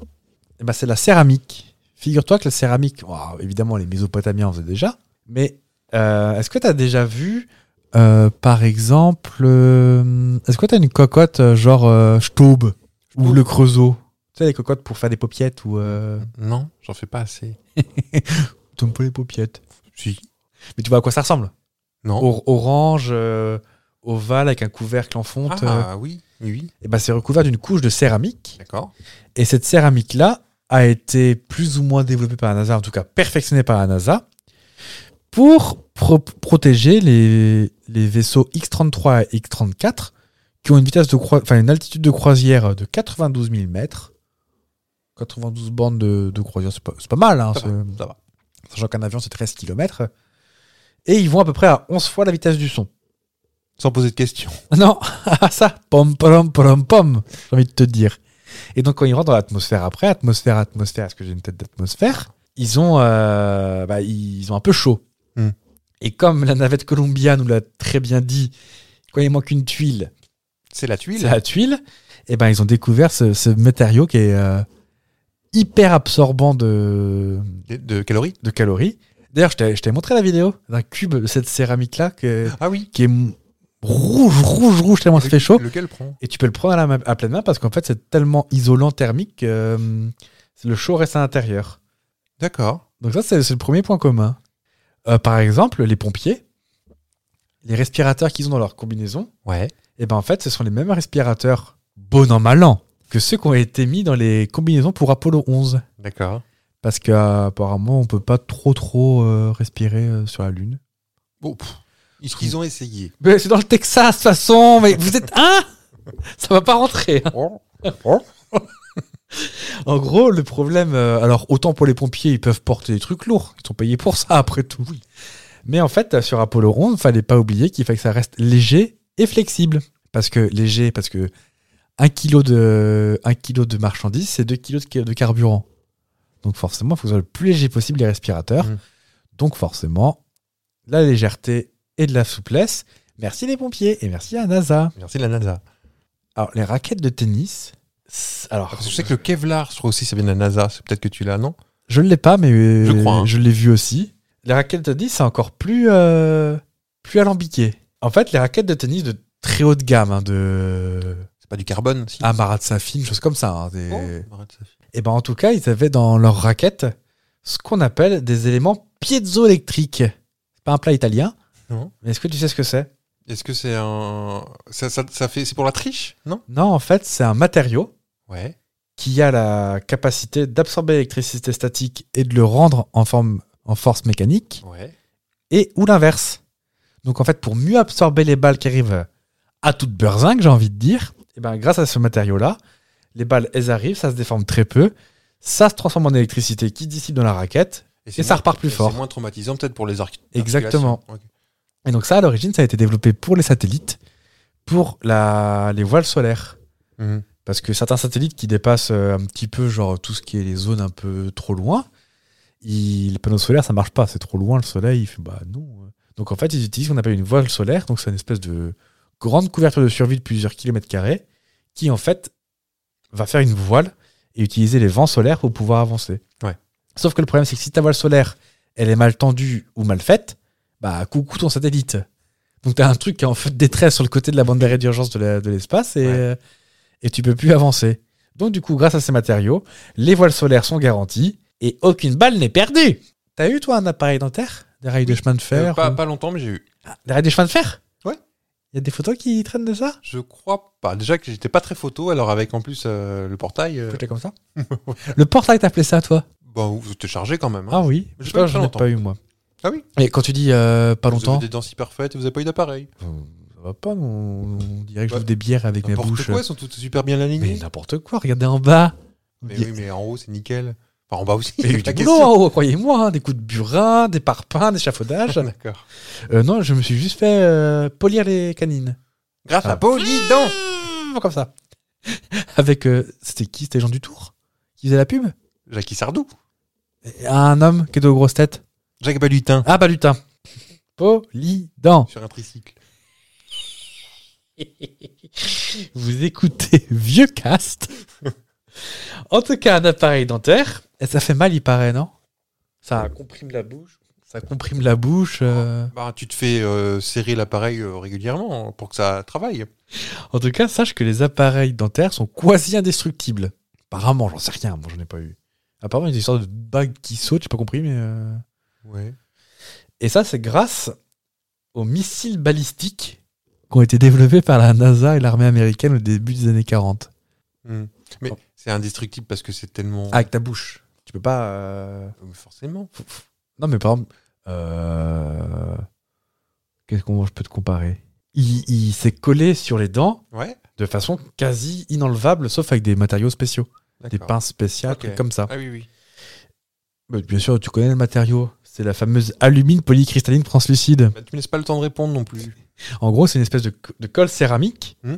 eh ben, c'est la céramique. Figure-toi que la céramique, oh, évidemment, les Mésopotamiens en faisaient déjà, mais euh, est-ce que tu as déjà vu, euh, par exemple, euh, est-ce que tu as une cocotte euh, genre euh, Staub ou Staub. le Creusot tu sais, les cocottes pour faire des paupiettes ou. Euh... Non, j'en fais pas assez. T'aimes pas les paupiettes. Si. Mais tu vois à quoi ça ressemble Non. Or- Orange, euh, ovale, avec un couvercle en fonte. euh, ah oui, oui, oui. et ben c'est recouvert d'une couche de céramique. D'accord. Et cette céramique-là a été plus ou moins développée par la NASA, en tout cas perfectionnée par la NASA, pour pro- protéger les, les vaisseaux X-33 et X-34 qui ont une vitesse de croi- enfin une altitude de croisière de 92 000 mètres. 92 bandes de, de croisière, c'est pas, c'est pas mal. Hein, Ça c'est- Ça va. sachant qu'un avion c'est 13 km, et ils vont à peu près à 11 fois la vitesse du son. Sans poser de questions. Non, ah, ça, pom pom pom pom, j'ai envie de te dire. Et donc quand ils rentrent dans l'atmosphère après, atmosphère, atmosphère, parce que j'ai une tête d'atmosphère, ils ont, euh, bah, ils ont un peu chaud. Hmm. Et comme la navette Columbia nous l'a très bien dit, quand il manque une tuile, C'est la c'est tuile. la tuile, et ben ils ont découvert ce, ce matériau qui est euh, hyper absorbant de, De, de calories de calories. D'ailleurs, je t'ai- je t'ai montré la vidéo d'un cube de cette céramique-là que- Ah oui. qui est m- rouge, rouge, rouge, tellement ça fait chaud. Lequel prend Et tu peux le prendre à, la ma- à pleine main parce qu'en fait, c'est tellement isolant thermique que euh, le chaud reste à l'intérieur. D'accord. Donc ça, c'est c'est le premier point commun. Euh, par exemple, les pompiers, les respirateurs qu'ils ont dans leur combinaison, Ouais. et ben en fait, ce sont les mêmes respirateurs, bon an, mal an, que ceux qui ont été mis dans les combinaisons pour Apollo 11. D'accord. Parce qu'apparemment, on peut pas trop trop euh, respirer euh, sur la Lune. Bon. pff. Est-ce qu'ils ont essayé Mais c'est dans le Texas, de toute façon. Mais vous êtes. Hein Ça va pas rentrer. hein. Oh, En gros, le problème. euh, alors, autant pour les pompiers, ils peuvent porter des trucs lourds. Ils sont payés pour ça, après tout. Mais en fait, sur Apollo 11, fallait pas oublier qu'il fallait que ça reste léger et flexible. Parce que léger, parce que 1 kg de, un kilo de marchandises, c'est 2 kg de, de carburant. Donc, forcément, il faut que ce soit le plus léger possible, les respirateurs. Mhm. Donc, forcément, la légèreté et de la souplesse. Merci les pompiers et merci à NASA. Merci la NASA. Alors les raquettes de tennis. c'est- Alors Parce que je sais que le Kevlar, je crois aussi, ça vient de la NASA. C'est peut-être que tu l'as, non je ne l'ai pas, mais euh, Je crois, hein. je l'ai vu aussi. Les raquettes de tennis, c'est encore plus euh, plus alambiqué. En fait, les raquettes de tennis de très haut de gamme, hein, de C'est pas du carbone, si. Amarat Safin, choses comme ça. hein, des- Ah, Bon, arrête ça. Et ben en tout cas, ils avaient dans leurs raquettes ce qu'on appelle des éléments piezoélectriques. C'est pas un plat italien. Non. Mais est-ce que tu sais ce que c'est Est-ce que c'est un. Ça, ça- ça fait... C'est pour la triche Non Non, en fait, c'est un matériau Ouais. qui a la capacité d'absorber l'électricité statique et de le rendre en, forme, en force mécanique, Ouais. et ou l'inverse. Donc en fait, pour mieux absorber les balles qui arrivent euh, à toute berzingue, j'ai envie de dire, et ben, grâce à ce matériau-là, les balles, elles arrivent, ça se déforme très peu, ça se transforme en électricité qui dissipe dans la raquette, c'est Et ça moins- repart plus et fort. C'est moins traumatisant peut-être pour les arc- Exactement. articulations. Ok. Et donc ça, à l'origine, ça a été développé pour les satellites, pour la, les voiles solaires. Mhm. Parce que certains satellites qui dépassent euh, un petit peu genre tout ce qui est les zones un peu trop loin, ils- les panneaux solaires, ça marche pas. C'est trop loin, le soleil, il fait bah non. Donc en fait, ils utilisent ce qu'on appelle une voile solaire. Donc c'est une espèce de grande couverture de survie de plusieurs kilomètres carrés qui en fait va faire une voile et utiliser les vents solaires pour pouvoir avancer. Ouais. Sauf que le problème, c'est que si ta voile solaire, elle est mal tendue ou mal faite, bah coucou ton satellite. Donc t'as un truc qui est en feu de détresse sur le côté de la bande d'arrêt d'urgence de la- de l'espace et, Ouais. euh, et tu peux plus avancer. Donc du coup, grâce à ces matériaux, les voiles solaires sont garanties et aucune balle n'est perdue. T'as eu toi un appareil dentaire Des rails de chemin de fer Euh, pas, ou- pas longtemps, mais j'ai eu. Des rails de chemin de fer Ouais. Il y a des photos qui traînent de ça Je crois pas. Déjà que j'étais pas très photo, alors avec en plus euh, le portail, euh, Faites-les comme ça. le portail, t'as appelé ça toi bon, c'était chargé quand même. hein. Ah oui. J'ai Je sais pas pas, eu très j'en ai longtemps. pas eu moi. Ah oui Et quand tu dis euh, pas Vous avez longtemps. euh, des dents si parfaites, et vous avez pas eu d'appareil. Ça va pas, on, on dirait que je Ouais. bouffe des bières avec ma N'importe bouche. quoi, elles sont toutes super bien mais alignées. n'importe quoi, regardez en bas. Mais, Il y a- oui, mais en haut, c'est nickel. Enfin, en bas aussi. Il y a eu la du boulot question. en haut, croyez-moi, hein, des coups de burin, des parpaings, des chafaudages. D'accord. Euh, non, je me suis juste fait euh, polir les canines. Grâce Ah. à Paul, dis donc Comme ça. Avec. euh, c'était qui C'était Jean Dutour Qui faisait la pub Jackie Sardou. Et Un homme qui est de grosse tête. Jacques Balutin. Ah, bah lutin. Polydent. Sur un tricycle. Vous écoutez Vieux Cast. en tout cas, un appareil dentaire. Et ça fait mal, il paraît, non Ça comprime la bouche. Ça comprime la bouche. euh. Bah, tu te fais euh, serrer l'appareil euh, régulièrement pour que ça travaille. En tout cas, sache que les appareils dentaires sont quasi indestructibles. Apparemment, j'en sais rien, moi j'en ai pas eu. Apparemment, il y a des sortes de bagues qui sautent, j'ai pas compris, mais. euh, Ouais. Et ça, c'est grâce aux missiles balistiques qui ont été développés par la NASA et l'armée américaine au début des années 40. Hmm. Oh. Mais c'est indestructible parce que c'est tellement. Avec ta bouche. Tu peux pas. euh, Forcément. Non, mais par exemple. euh, Qu'est-ce qu'on je peux te comparer Il, il s'est collé sur les dents Ouais. de façon quasi inenlevable, sauf avec des matériaux spéciaux, des D'accord. pinces spéciales, Ok. trucs comme ça. Ah oui, oui. Bah, bien sûr, tu connais le matériau. C'est la fameuse alumine polycristalline translucide. Bah, tu me laisses pas le temps de répondre non plus. En gros, c'est une espèce de, co- de colle céramique Hmm.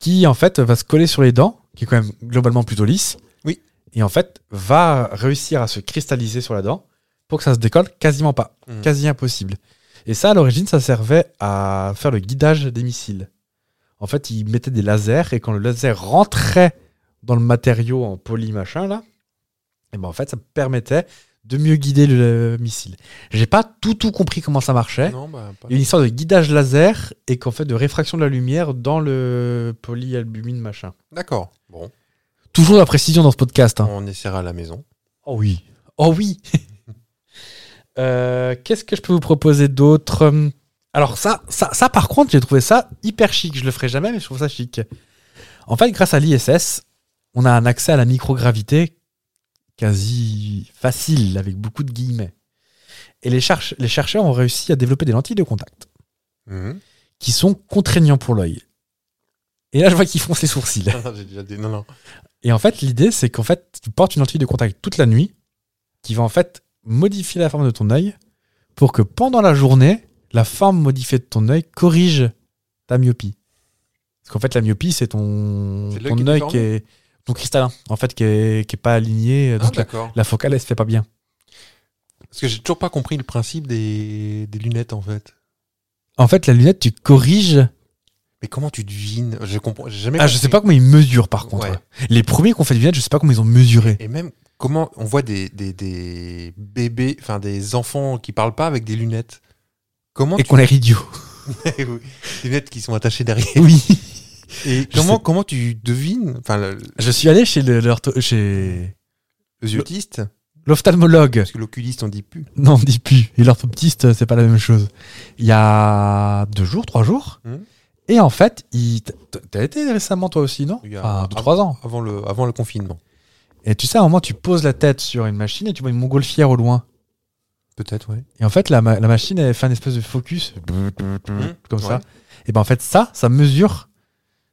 qui, en fait, va se coller sur les dents, qui est quand même globalement plutôt lisse. Oui. Et en fait, va réussir à se cristalliser sur la dent pour que ça se décolle quasiment pas. Hmm. Quasi impossible. Et ça, à l'origine, ça servait à faire le guidage des missiles. En fait, ils mettaient des lasers et quand le laser rentrait dans le matériau en poly machin, là, et ben en fait, ça permettait de mieux guider le missile. J'ai pas tout, tout compris comment ça marchait. Non, bah, pas. Il y a une histoire de guidage laser et qu'en fait de réfraction de la lumière dans le polyalbumine machin. D'accord. Bon, Toujours la précision dans ce podcast. hein. on essaiera à la maison. Oh oui. Oh oui. Euh, Qu'est-ce que je peux vous proposer d'autre Hum, Alors ça, ça, ça par contre, j'ai trouvé ça hyper chic. Je le ferai jamais, mais je trouve ça chic. En fait, grâce à l'ISS, on a un accès à la microgravité quasi facile, avec beaucoup de guillemets. Et les, cherche- les chercheurs ont réussi à développer des lentilles de contact. Mhm. qui sont contraignants pour l'œil. Et là, je vois qu'ils froncent les sourcils. Ah, J'ai déjà dit non, non. Et en fait, l'idée, c'est qu'en fait, tu portes une lentille de contact toute la nuit qui va en fait modifier la forme de ton œil pour que pendant la journée, la forme modifiée de ton œil corrige ta myopie. Parce qu'en fait, la myopie, c'est ton, C'est l'œil qui ton est œil déformé qui est. ton cristallin, en fait, qui est, qui est pas aligné. Ah, Donc la, d'accord. la focale, elle se fait pas bien. Parce que j'ai toujours pas compris le principe des, des lunettes en fait. En fait, la lunette, tu corriges Mais comment tu devines Je comprends. J'ai jamais. Ah, je compris. sais pas comment ils mesurent par contre. Ouais. Les premiers qu'on fait du net, je sais pas comment ils ont mesuré. Et même comment on voit des, des, des bébés, enfin des enfants qui parlent pas avec des lunettes. Comment Et tu- qu'on l'air idiot. des lunettes qui sont attachées derrière. Oui. Et Je comment sais- comment tu devines Enfin le, Je suis allé chez le- l'ortho- chez les yeutistes, l'ophtalmologue. parce que l'oculiste on dit plus. Non, on dit plus. Et l'orthoptiste, c'est pas la même chose. Il y a deux jours, trois jours. Mhm. Et en fait, il... t- t'as été récemment toi aussi, non Il y a- Enfin, deux, avant- trois ans. Avant le avant le confinement. Et tu sais, à un moment, tu poses la tête sur une machine et tu vois une montgolfière au loin. Peut-être, ouais. Et en fait, la, ma- la machine, elle fait un espèce de focus, comme ça. Mmh. Ouais. Et ben en fait, ça, ça mesure.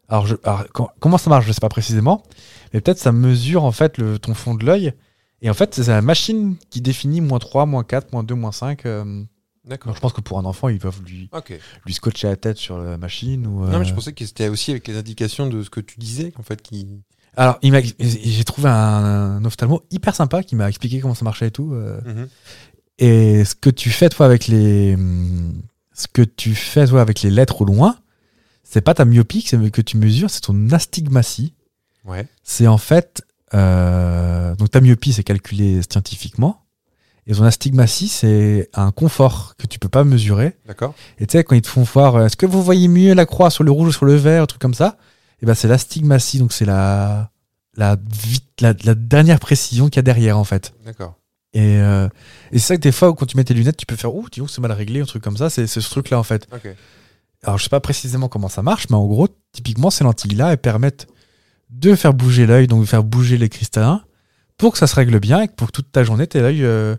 Alors, je- alors, com- comment ça marche, je sais pas précisément, mais peut-être ça mesure en fait le, ton fond de l'œil. Et en fait, c'est la machine qui définit moins 3, moins 4, moins 2, moins 5. euh, donc D'accord. je pense que pour un enfant, ils peuvent lui, Ok. lui scotcher la tête sur la machine. Ou, Non, mais euh, je pensais que c'était aussi avec les indications de ce que tu disais, en fait, qui. Alors, il m'a- j'ai trouvé un, un ophtalmo hyper sympa qui m'a expliqué comment ça marchait et tout. euh, Et ce que tu fais toi avec les, hum, ce que tu fais toi avec les lettres au loin, c'est pas ta myopie que c'est- que tu mesures, c'est ton astigmatie. Ouais. C'est en fait, euh, donc ta myopie c'est calculé scientifiquement, et ton astigmatie c'est un confort que tu peux pas mesurer. D'accord. Et tu sais quand ils te font voir, euh, est-ce que vous voyez mieux la croix sur le rouge ou sur le vert, un truc comme ça, et ben c'est l'astigmatie, donc c'est la la, vite, la la dernière précision qu'il y a derrière en fait. D'accord. Et, euh, et c'est ça que des fois, quand tu mets tes lunettes, tu peux faire Ouh, dis donc, c'est mal réglé, un truc comme ça. C'est c'est ce truc-là, en fait. Ok. Alors, je sais pas précisément comment ça marche, mais en gros, typiquement, ces lentilles-là, elles permettent de faire bouger l'œil, donc de faire bouger les cristallins, pour que ça se règle bien et que pour que toute ta journée, t'aies l'œil euh,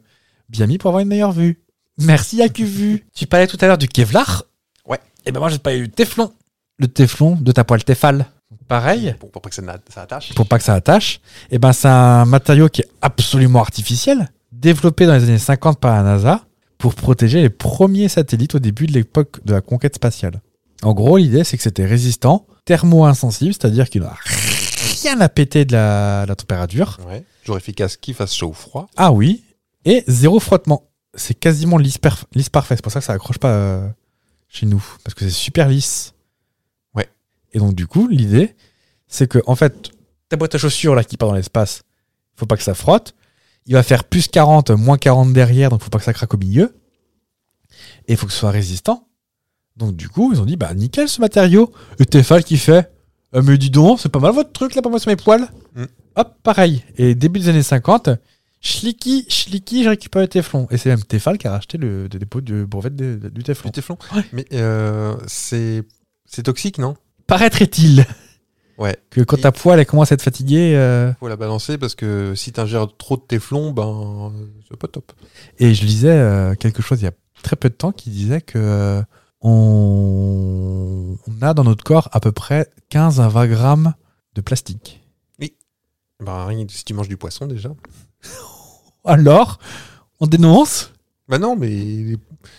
bien mis pour avoir une meilleure vue. Merci, AcuVu. tu parlais tout à l'heure du Kevlar. Ouais. Et ben moi, j'ai parlé du Teflon. Le Teflon de ta poêle Tefal. Pareil Pour, pour pas que ça, n'a- ça attache. pour pas que ça attache, et ben c'est un matériau qui est absolument artificiel, développé dans les années 50 par la NASA pour protéger les premiers satellites au début de l'époque de la conquête spatiale. En gros, l'idée c'est que c'était résistant, thermo-insensible, c'est-à-dire qu'il n'a rien à péter de la, la température. Ouais. Toujours efficace qu'il fasse chaud ou froid. Ah oui, et zéro frottement. C'est quasiment lisse, perf- lisse parfait. C'est pour ça que ça accroche pas euh, chez nous, parce que c'est super lisse. Ouais. Et donc du coup, l'idée, c'est que en fait, ta boîte à chaussures là qui part dans l'espace, faut pas que ça frotte. Il va faire plus 40, moins 40 derrière, donc faut pas que ça craque au milieu. Et il faut que ce soit résistant. Donc du coup, ils ont dit bah nickel ce matériau. Et Tefal qui fait Ah, mais dis donc, c'est pas mal votre truc là pour moi sur mes poils. Mm. Hop, pareil. Et début des années 50, Schlicky, Schlicky, je récupère le Teflon. Et c'est même Tefal qui a racheté le, le dépôt du brevet de- du Teflon. Du téflon. Mais euh, c'est. C'est toxique, non Paraîtrait-il Ouais. que quand ta poêle elle commence à être fatiguée, euh, Faut la balancer parce que si t'ingères trop de téflon, ben. euh, C'est pas top. Et je lisais euh, quelque chose il y a très peu de temps qui disait que euh, on, on a dans notre corps à peu près 15 à 20 grammes de plastique. Ben, rien, si tu manges du poisson déjà. Alors, on dénonce Bah non, mais les-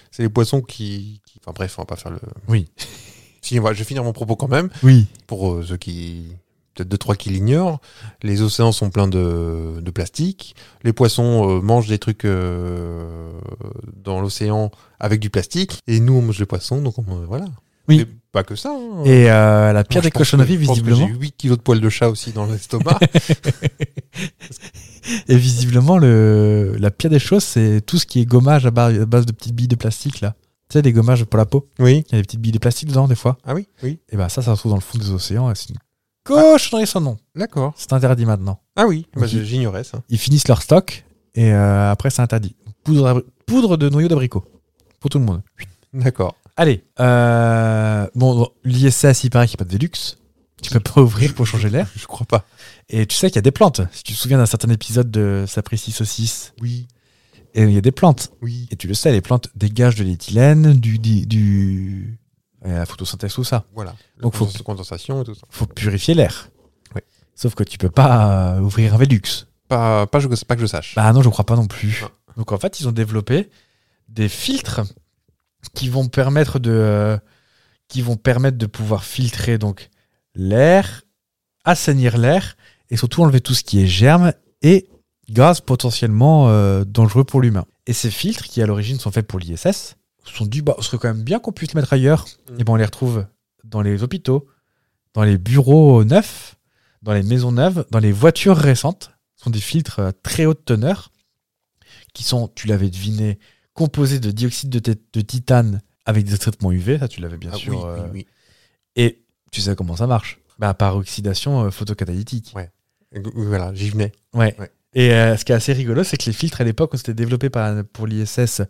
c'est les poissons qui, qui- Enfin bref, on va pas faire le. Oui. Si, on va- je vais finir mon propos quand même. Oui. Pour euh, ceux qui. Peut-être deux, trois qui l'ignorent. Les océans sont pleins de, de plastique. Les poissons euh, mangent des trucs euh, dans l'océan avec du plastique. Et nous, on mange les poissons, donc on- euh, voilà. Oui. Mais pas que ça. hein. Et euh, la Moi, pire je des pense que- cochonneries, je pense que visiblement, J'ai 8 kilos de poils de chat aussi dans l'estomac. et visiblement le, la pire des choses, c'est tout ce qui est gommage à bar- à base de petites billes de plastique là. Tu sais, des gommages pour la peau. oui. Il y a des petites billes de plastique dedans des fois. Ah oui Oui. Et ben ça, ça se retrouve dans le fond des océans. et C'est une cochonnerie sans nom. D'accord. C'est interdit maintenant. Ah oui. Bah, Oui. je- J'ignorais ça. ils finissent leur stock et euh, après c'est interdit. Poudre, d'abri- poudre de noyau d'abricot pour tout le monde. D'accord. Allez, euh, bon, bon, l'ISS il paraît qu'il n'y a pas de Velux. Tu peux pas ouvrir pour changer l'air. Je crois pas. Et tu sais qu'il y a des plantes. Si tu te souviens d'un certain épisode de Sapristi Saucisse, Oui. et il y a des plantes. Oui. Et tu le sais, les plantes dégagent de l'éthylène, du, di- du, euh, la photosynthèse, tout ça. Voilà. Donc, faut- Condensa- condensation et tout ça. Faut purifier l'air. Oui. Sauf que tu peux pas euh, ouvrir un Velux. Pas, pas, je- pas que je sache. Bah non, je crois pas non plus. Non. Donc en fait, ils ont développé des filtres qui vont permettre de euh, qui vont permettre de pouvoir filtrer donc l'air, assainir l'air et surtout enlever tout ce qui est germe et gaz potentiellement euh, dangereux pour l'humain. Et ces filtres qui à l'origine sont faits pour l'ISS, se sont dit bah ce serait quand même bien qu'on puisse les mettre ailleurs. Mm. Et ben on les retrouve dans les hôpitaux, dans les bureaux neufs, dans les maisons neuves, dans les voitures récentes. Ce sont des filtres à très haute teneur qui sont, tu l'avais deviné, composés de dioxyde de, ti- de titane avec des traitements UV, ça tu l'avais bien Ah sûr. oui, euh, oui, Et tu sais comment ça marche bah, Par oxydation euh, photocatalytique. oui. Euh, Voilà, j'y venais. Ouais. Ouais. Et euh, ce qui est assez rigolo, c'est que les filtres à l'époque, quand c'était développé par, pour l'ISS,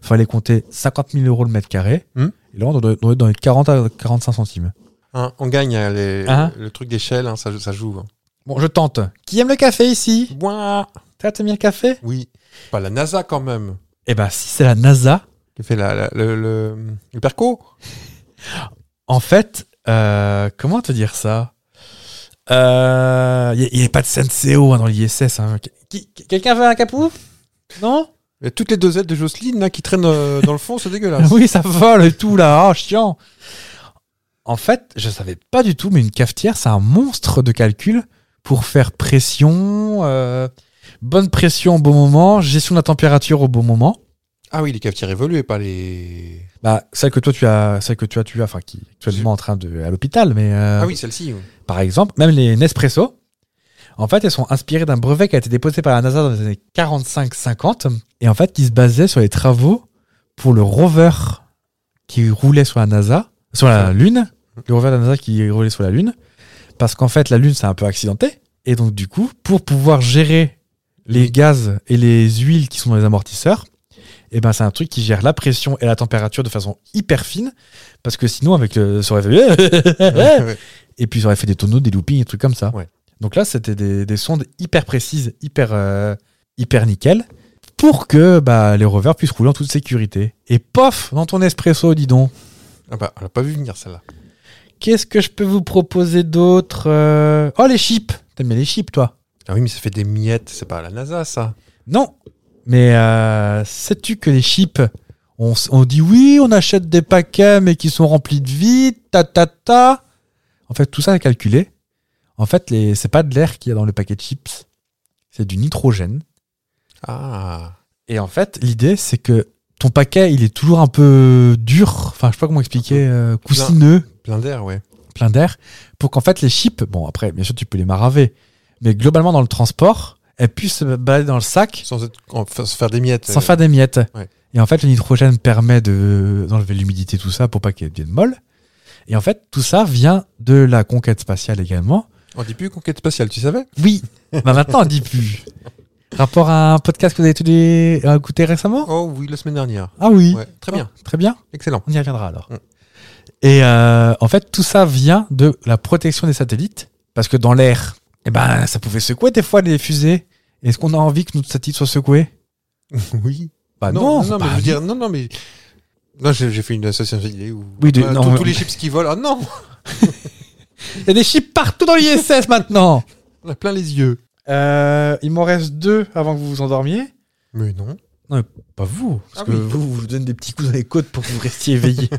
fallait compter 50 000 euros le mètre carré. Hum. Et là, on doit on doit être dans les 40 à 45 centimes. Hein, on gagne hein, les- Hein le truc d'échelle, hein, ça, ça joue. hein. Bon, je tente. Qui aime le café ici Ouah. Toi, t'aimes bien le café Oui. Pas la NASA quand même. Eh ben, si c'est la NASA, Qui fait la, la- le, le, le perco en fait, euh, comment te dire ça Euh, Il n'y a, pas de scène CO hein, dans l'ISS. hein. Qui- qui- Quelqu'un veut un capou Non Et toutes les deux ailes de Jocelyne là, qui traînent euh, dans le fond, c'est dégueulasse. Ah Oui, ça vole et tout là, oh, chiant. En fait, je savais pas du tout, mais une cafetière, c'est un monstre de calcul pour faire pression, euh, bonne pression au bon moment, gestion de la température au bon moment. Ah oui, les cafetières évoluées, pas les. Bah, celle que toi tu as, celle que tu as, tu as, enfin qui est actuellement en train de à l'hôpital, mais euh, Ah oui, celle-ci. oui. par exemple, même les Nespresso, en fait, elles sont inspirées d'un brevet qui a été déposé par la NASA dans les années 45-50, et en fait, qui se basait sur les travaux pour le rover qui roulait sur la NASA, sur la Lune, le rover de la NASA qui roulait sur la Lune, parce qu'en fait, la Lune, c'est un peu accidenté, et donc, du coup, pour pouvoir gérer les gaz et les huiles qui sont dans les amortisseurs, et ben, c'est un truc qui gère la pression et la température de façon hyper fine, parce que sinon, avec le. Ça aurait fait- Ouais. et puis ils auraient fait des tonneaux, des loopings, des trucs comme ça. Ouais. Donc là, c'était des, des sondes hyper précises, hyper, euh, hyper nickel, pour que bah, les rovers puissent rouler en toute sécurité. Et pof, dans ton espresso, dis donc. Ah bah, on l'a pas vu venir celle-là. Qu'est-ce que je peux vous proposer d'autre Euh, Oh, les chips T'aimes bien les chips, toi Ah oui, mais ça fait des miettes, c'est pas la NASA ça. Non Mais euh, sais-tu que les chips, on, s- on dit oui, on achète des paquets, mais qui sont remplis de vide, ta ta ta. En fait, tout ça est calculé. En fait, les- c'est pas de l'air qu'il y a dans le paquet de chips, c'est du nitrogène. Ah. Et en fait, l'idée, c'est que ton paquet, il est toujours un peu dur, enfin, je sais pas comment expliquer, euh, coussineux, Plein d'air, ouais. plein d'air, pour qu'en fait, les chips, bon, après, bien sûr, tu peux les maraver, mais globalement, dans le transport, elles puissent se balader dans le sac Sans être- enfin, se faire des miettes. sans euh, faire des miettes. Ouais. Et en fait, le nitrogène permet de- d'enlever l'humidité, tout ça, pour pas qu'elle devienne molle. Et en fait, tout ça vient de la conquête spatiale également. On dit plus conquête spatiale, tu savais Oui, bah maintenant, on dit plus. Rapport à un podcast que vous avez tous les- écouté récemment Oh oui, la semaine dernière. Ah oui. Ouais, très bien, Ah, très bien. excellent. On y reviendra alors. Mm. Et euh, en fait, tout ça vient de la protection des satellites, parce que dans l'air, eh ben, ça pouvait secouer des fois les fusées. Est-ce qu'on a envie que nos satellites soient secoués Oui. Bah non, non, non, bah mais je veux oui. dire, non, non, mais. Non, j'ai j'ai fait une association d'idées où. Oui, de- Ah, non, tous, mais- tous les chips qui volent. Ah non il y a des chips partout dans l'ISS maintenant. On a plein les yeux. Euh, il m'en reste deux avant que vous vous endormiez. Mais non. Pas vous, Ah parce que oui. vous, vous vous donnez des petits coups dans les côtes pour que vous restiez éveillé.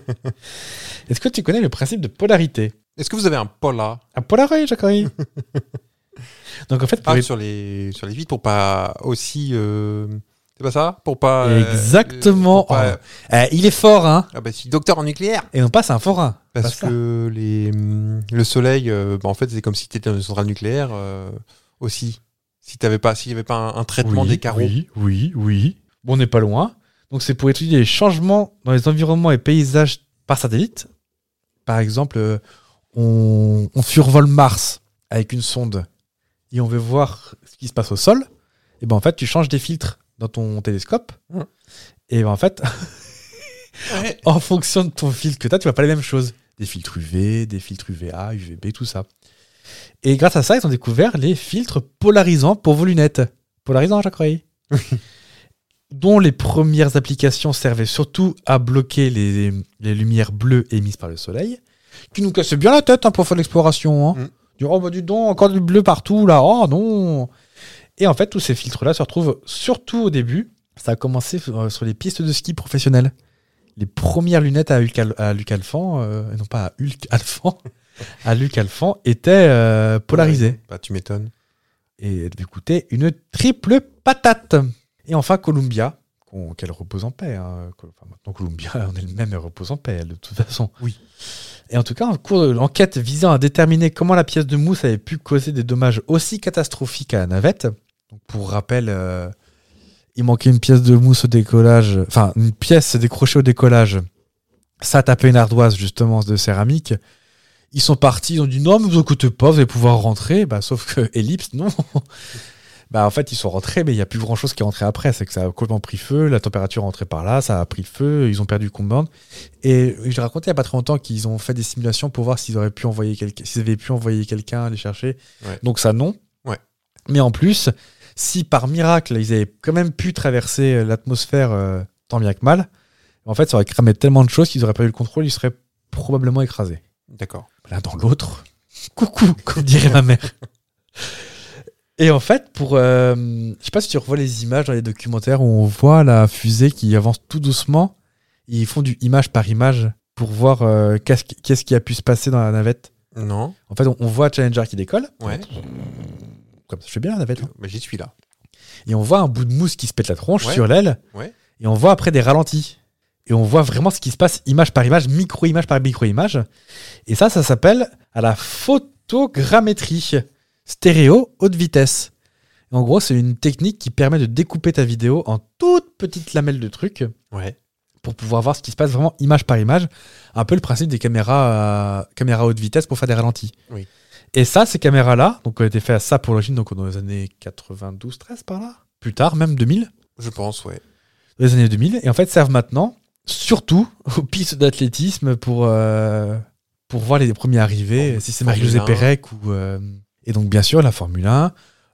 Est-ce que tu connais le principe de polarité Est-ce que vous avez un pola Un polaroid, Jacqueline Donc en fait, pour ah, les- sur, les, sur les vitres pour pas aussi. euh, C'est pas ça Pour pas. euh, Exactement. pour pas- Eh, il est fort, hein Ah bah si, docteur en nucléaire Et non pas, c'est un forain. Parce Pas ça. que les, hum, le soleil, euh, bah, en fait, c'est comme si tu étais dans une centrale nucléaire euh, aussi. Si t'avais pas, s'il n'y avait pas un, un traitement Oui, des carreaux. Oui, oui, oui. Bon, on n'est pas loin. Donc, c'est pour étudier les changements dans les environnements et paysages par satellite. Par exemple, euh, on, on survole Mars avec une sonde et on veut voir ce qui se passe au sol. Et ben en fait, tu changes des filtres dans ton télescope. Mhm. Et ben en fait, Ouais. en fonction de ton filtre que tu as, tu vas pas les mêmes choses. Des filtres UV, des filtres UVA, UVB, tout ça. Et grâce à ça, ils ont découvert les filtres polarisants pour vos lunettes. Polarisants, je croyais. Dont les premières applications servaient surtout à bloquer les, les lumières bleues émises par le soleil, qui nous cassent bien la tête hein, pour faire l'exploration. Hein. Mm. Dire, oh bah dis donc, encore du bleu partout là, oh non Et en fait, tous ces filtres-là se retrouvent surtout au début. Ça a commencé euh, sur sur les pistes de ski professionnelles les premières lunettes à Hulk, Al- à Luc Alphand, euh, et non pas à Hulk Alphand, à Luc Alphand, étaient euh, polarisées. Bah, tu m'étonnes. Et elles devaient coûter une triple patate. Et enfin, Columbia, qu'on- qu'elle repose en paix. hein. Col- enfin, maintenant, Columbia en elle-même, elle repose en paix, elle, de toute façon. Oui. Et en tout cas, en cours de l'enquête visant à déterminer comment la pièce de mousse avait pu causer des dommages aussi catastrophiques à la navette. Donc, pour rappel, euh, il manquait une pièce de mousse au décollage, enfin, une pièce décrochée au décollage. Ça tapait une ardoise, justement, de céramique. Ils sont partis, ils ont dit non, mais vous écoutez pas, vous allez pouvoir rentrer. Bah, sauf que Ellipse, non. Bah, en fait, ils sont rentrés, mais il n'y a plus grand chose qui est rentré après. C'est que ça a complètement pris feu, la température est rentrée par là, ça a pris le feu, ils ont perdu le command. Et je racontais il n'y a pas très longtemps qu'ils ont fait des simulations pour voir s'ils auraient pu envoyer quelqu'un, s'ils avaient pu envoyer quelqu'un les chercher. Ouais. Donc ça, non. Ouais. Mais en plus, si par miracle, ils avaient quand même pu traverser euh, l'atmosphère euh, tant bien que mal, en fait, ça aurait cramé tellement de choses qu'ils n'auraient pas eu le contrôle, ils seraient probablement écrasés. D'accord. L'un dans l'autre. Coucou, comme dirait ma mère. Et en fait, pour, euh, je sais pas si tu revois les images dans les documentaires où on voit la fusée qui avance tout doucement. Ils font du image par image pour voir euh, qu'est-ce qui- qu'est-ce qui a pu se passer dans la navette. Non. En fait, on, on voit Challenger qui décolle, Ouais. comme ça je fais bien la navette, hein. Bah, j'y suis là. et on voit un bout de mousse qui se pète la tronche Ouais. sur l'aile, Ouais. et on voit après des ralentis. Et on voit vraiment ce qui se passe image par image, micro-image par micro-image. Et ça, ça s'appelle à la photogrammétrie stéréo haute vitesse. Et en gros, c'est une technique qui permet de découper ta vidéo en toutes petites lamelles de trucs Ouais. pour pouvoir voir ce qui se passe vraiment image par image. Un peu le principe des caméras, euh, caméras haute vitesse pour faire des ralentis. Oui. Et ça, ces caméras-là, donc ont été faites à ça pour l'origine, donc dans les années 92, 13 par là, plus tard, même 2000, Je pense, ouais. dans les années 2000, et en fait servent maintenant surtout aux pistes d'athlétisme pour, euh, pour voir les premiers arrivés, Formule- si c'est Formule Marie-Josée 1. Pérec ou. euh, et donc, bien sûr, la Formule 1,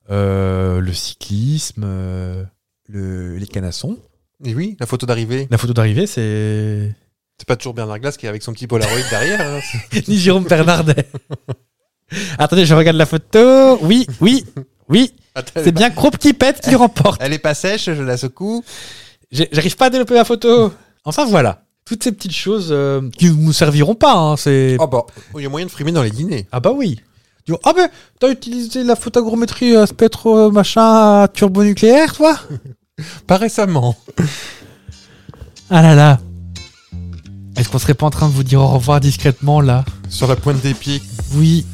euh, le cyclisme, euh, le- les canassons. Et oui, la photo d'arrivée. La photo d'arrivée, c'est. C'est pas toujours Bernard Glace qui est avec son petit Polaroid derrière. hein. ni Jérôme Bernardet. Attendez, je regarde la photo. Oui, oui, oui. Attends, elle, est C'est bien Croupe qui pète qui remporte. pas- elle est pas sèche, je la secoue. J'ai- J'arrive pas à développer la photo. Enfin voilà, toutes ces petites choses euh, qui ne nous serviront pas. hein, c'est Oh bah, il y a moyen de frimer dans les dîners. ah bah oui. Tu vois, ah ben, t'as utilisé la photogrammétrie euh, spectro euh, machin euh, turbonucléaire, toi Pas récemment. Ah là là. Est-ce qu'on serait pas en train de vous dire au revoir discrètement là Sur la pointe des pieds. Oui.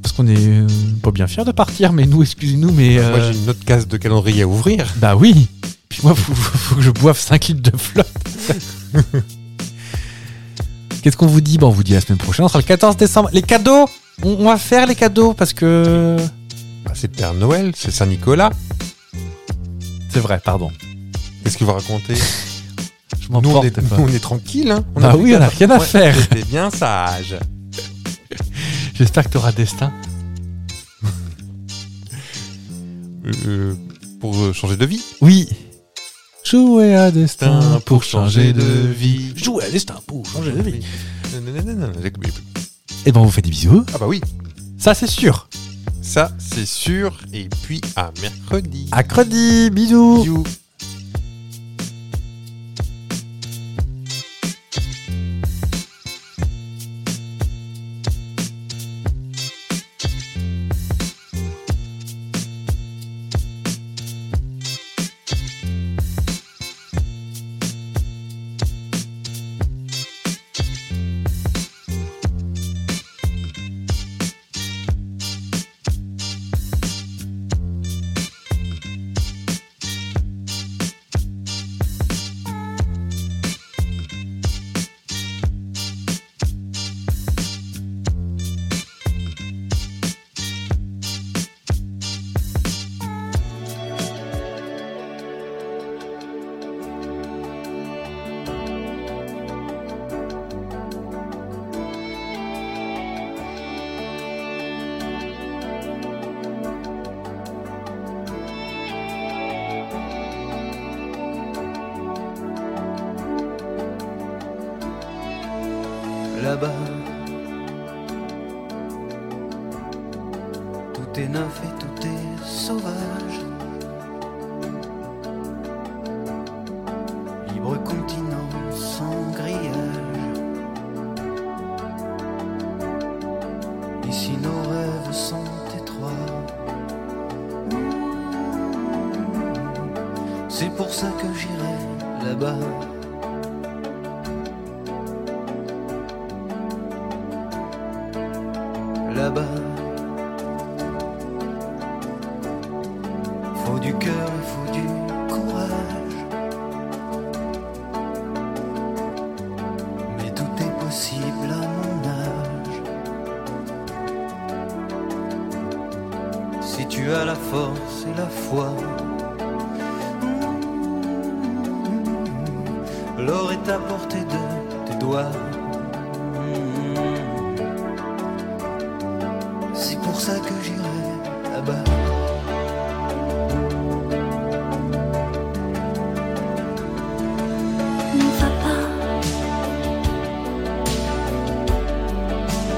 Parce qu'on est euh, pas bien fiers de partir, mais nous, excusez-nous, mais. Moi, euh, j'ai une autre case de calendrier à ouvrir. Bah oui. Puis moi, faut, faut- faut que je boive 5 litres de flotte. Qu'est-ce qu'on vous dit Bah, On vous dit la semaine prochaine. On sera le 14 décembre. Les cadeaux on, on va faire les cadeaux parce que. Bah, c'est le Père Noël, c'est Saint-Nicolas. C'est vrai, pardon. Qu'est-ce qu'il va raconter Je nous, on m'emporte. est, pas. nous, on est tranquille. Hein. On Bah a oui, on a rien à Ouais. faire. C'était bien sage. J'espère que t'auras destin. Euh, pour euh, changer de vie. Oui. Jouer à destin Putain, pour changer de vie. Jouer à destin pour changer de vie. Nanana, j'ai oublié. Et ben, on vous fait des bisous. Ah bah oui, Ça, c'est sûr. ça c'est sûr. Et puis à mercredi. À mercredi. Bisous. Bisous. là-bas. Tout est neuf et tout est sauvage. Libre continent sans grillage. Ici nos rêves sont étroits. C'est pour ça que j'irai là-bas. là-bas. Faut du cœur et faut du courage. Mais tout est possible à mon âge. Si tu tu as la force et la foi. L'or est à portée de tes doigts. C'est pour ça que j'irai là-bas. Ne va pas.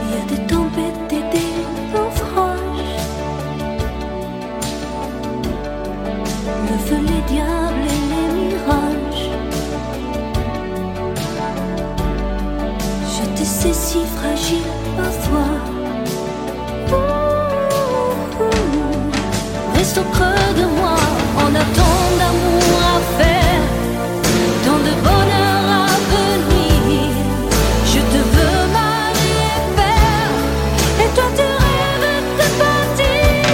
Il y a des tempêtes et des naufrages. Le feu, les diables et les mirages. Je te sais si fragile parfois. Reste au creux de moi, on a tant d'amour à faire. Tant de bonheur à venir, je te veux marier, père, et toi tu rêves de partir.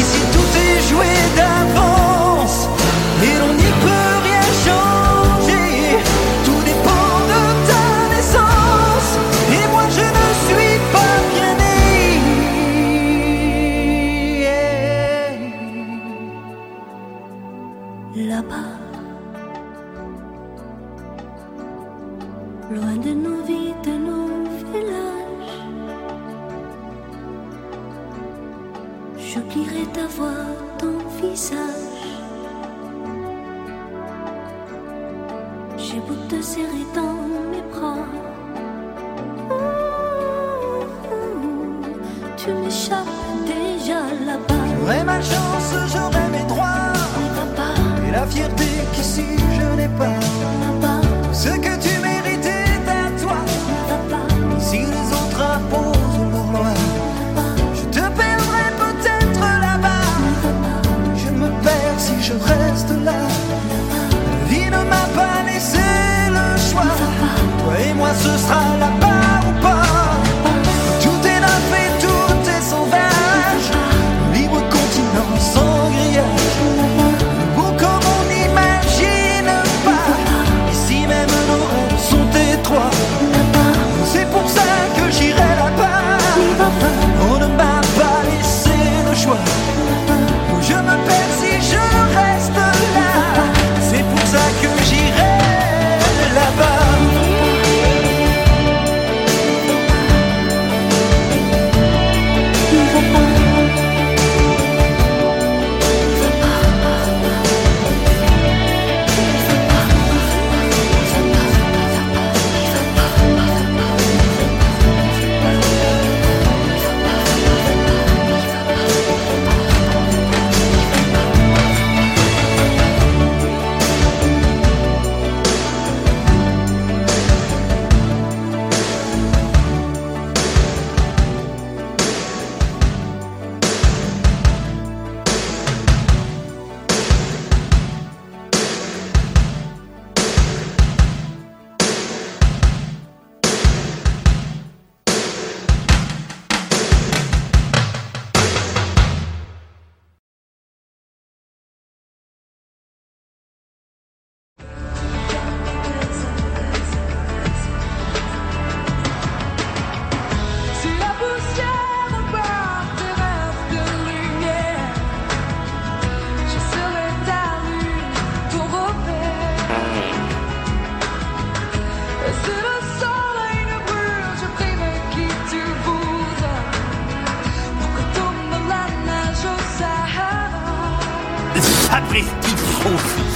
Ici tout est joué d'avance et l'on n'y peut rien changer. Tout dépend de ta naissance et moi je ne suis pas bien né. Là-bas, loin de nos vies, de nos villages, j'oublierai ta voix, ton visage. J'ai beau te serrer dans mes bras, tu m'échappes déjà là-bas, J'aurais ma chance, j'aurais mes droits papa. et la fierté qu'ici je n'ai pas. Là-bas, Ce que tu mérites est à toi. là-bas, Si les autres imposent leur loi, là-bas, je te perdrai peut-être là-bas. là-bas. Je me perds si je reste là. La vie ne m'a pas laissé le choix. Toi et moi, ce sera là-bas ou pas. Tout est neuf et tout est sauvage. Libre continent sans grillage. Beau comme on n'imagine pas. Ici même nos rêves sont étroits. C'est pour ça que j'irai là-bas. On ne m'a pas laissé le choix. Je me perds si je reste là. C'est pour ça que j'irai là-bas. Si la poussière repart tes rêves de lumière, je serai ta lune, ton repère. Et si le soleil ne brûle, je prierai qui tu voudras pour que tombe la neige au Sahara. Sapristi, profite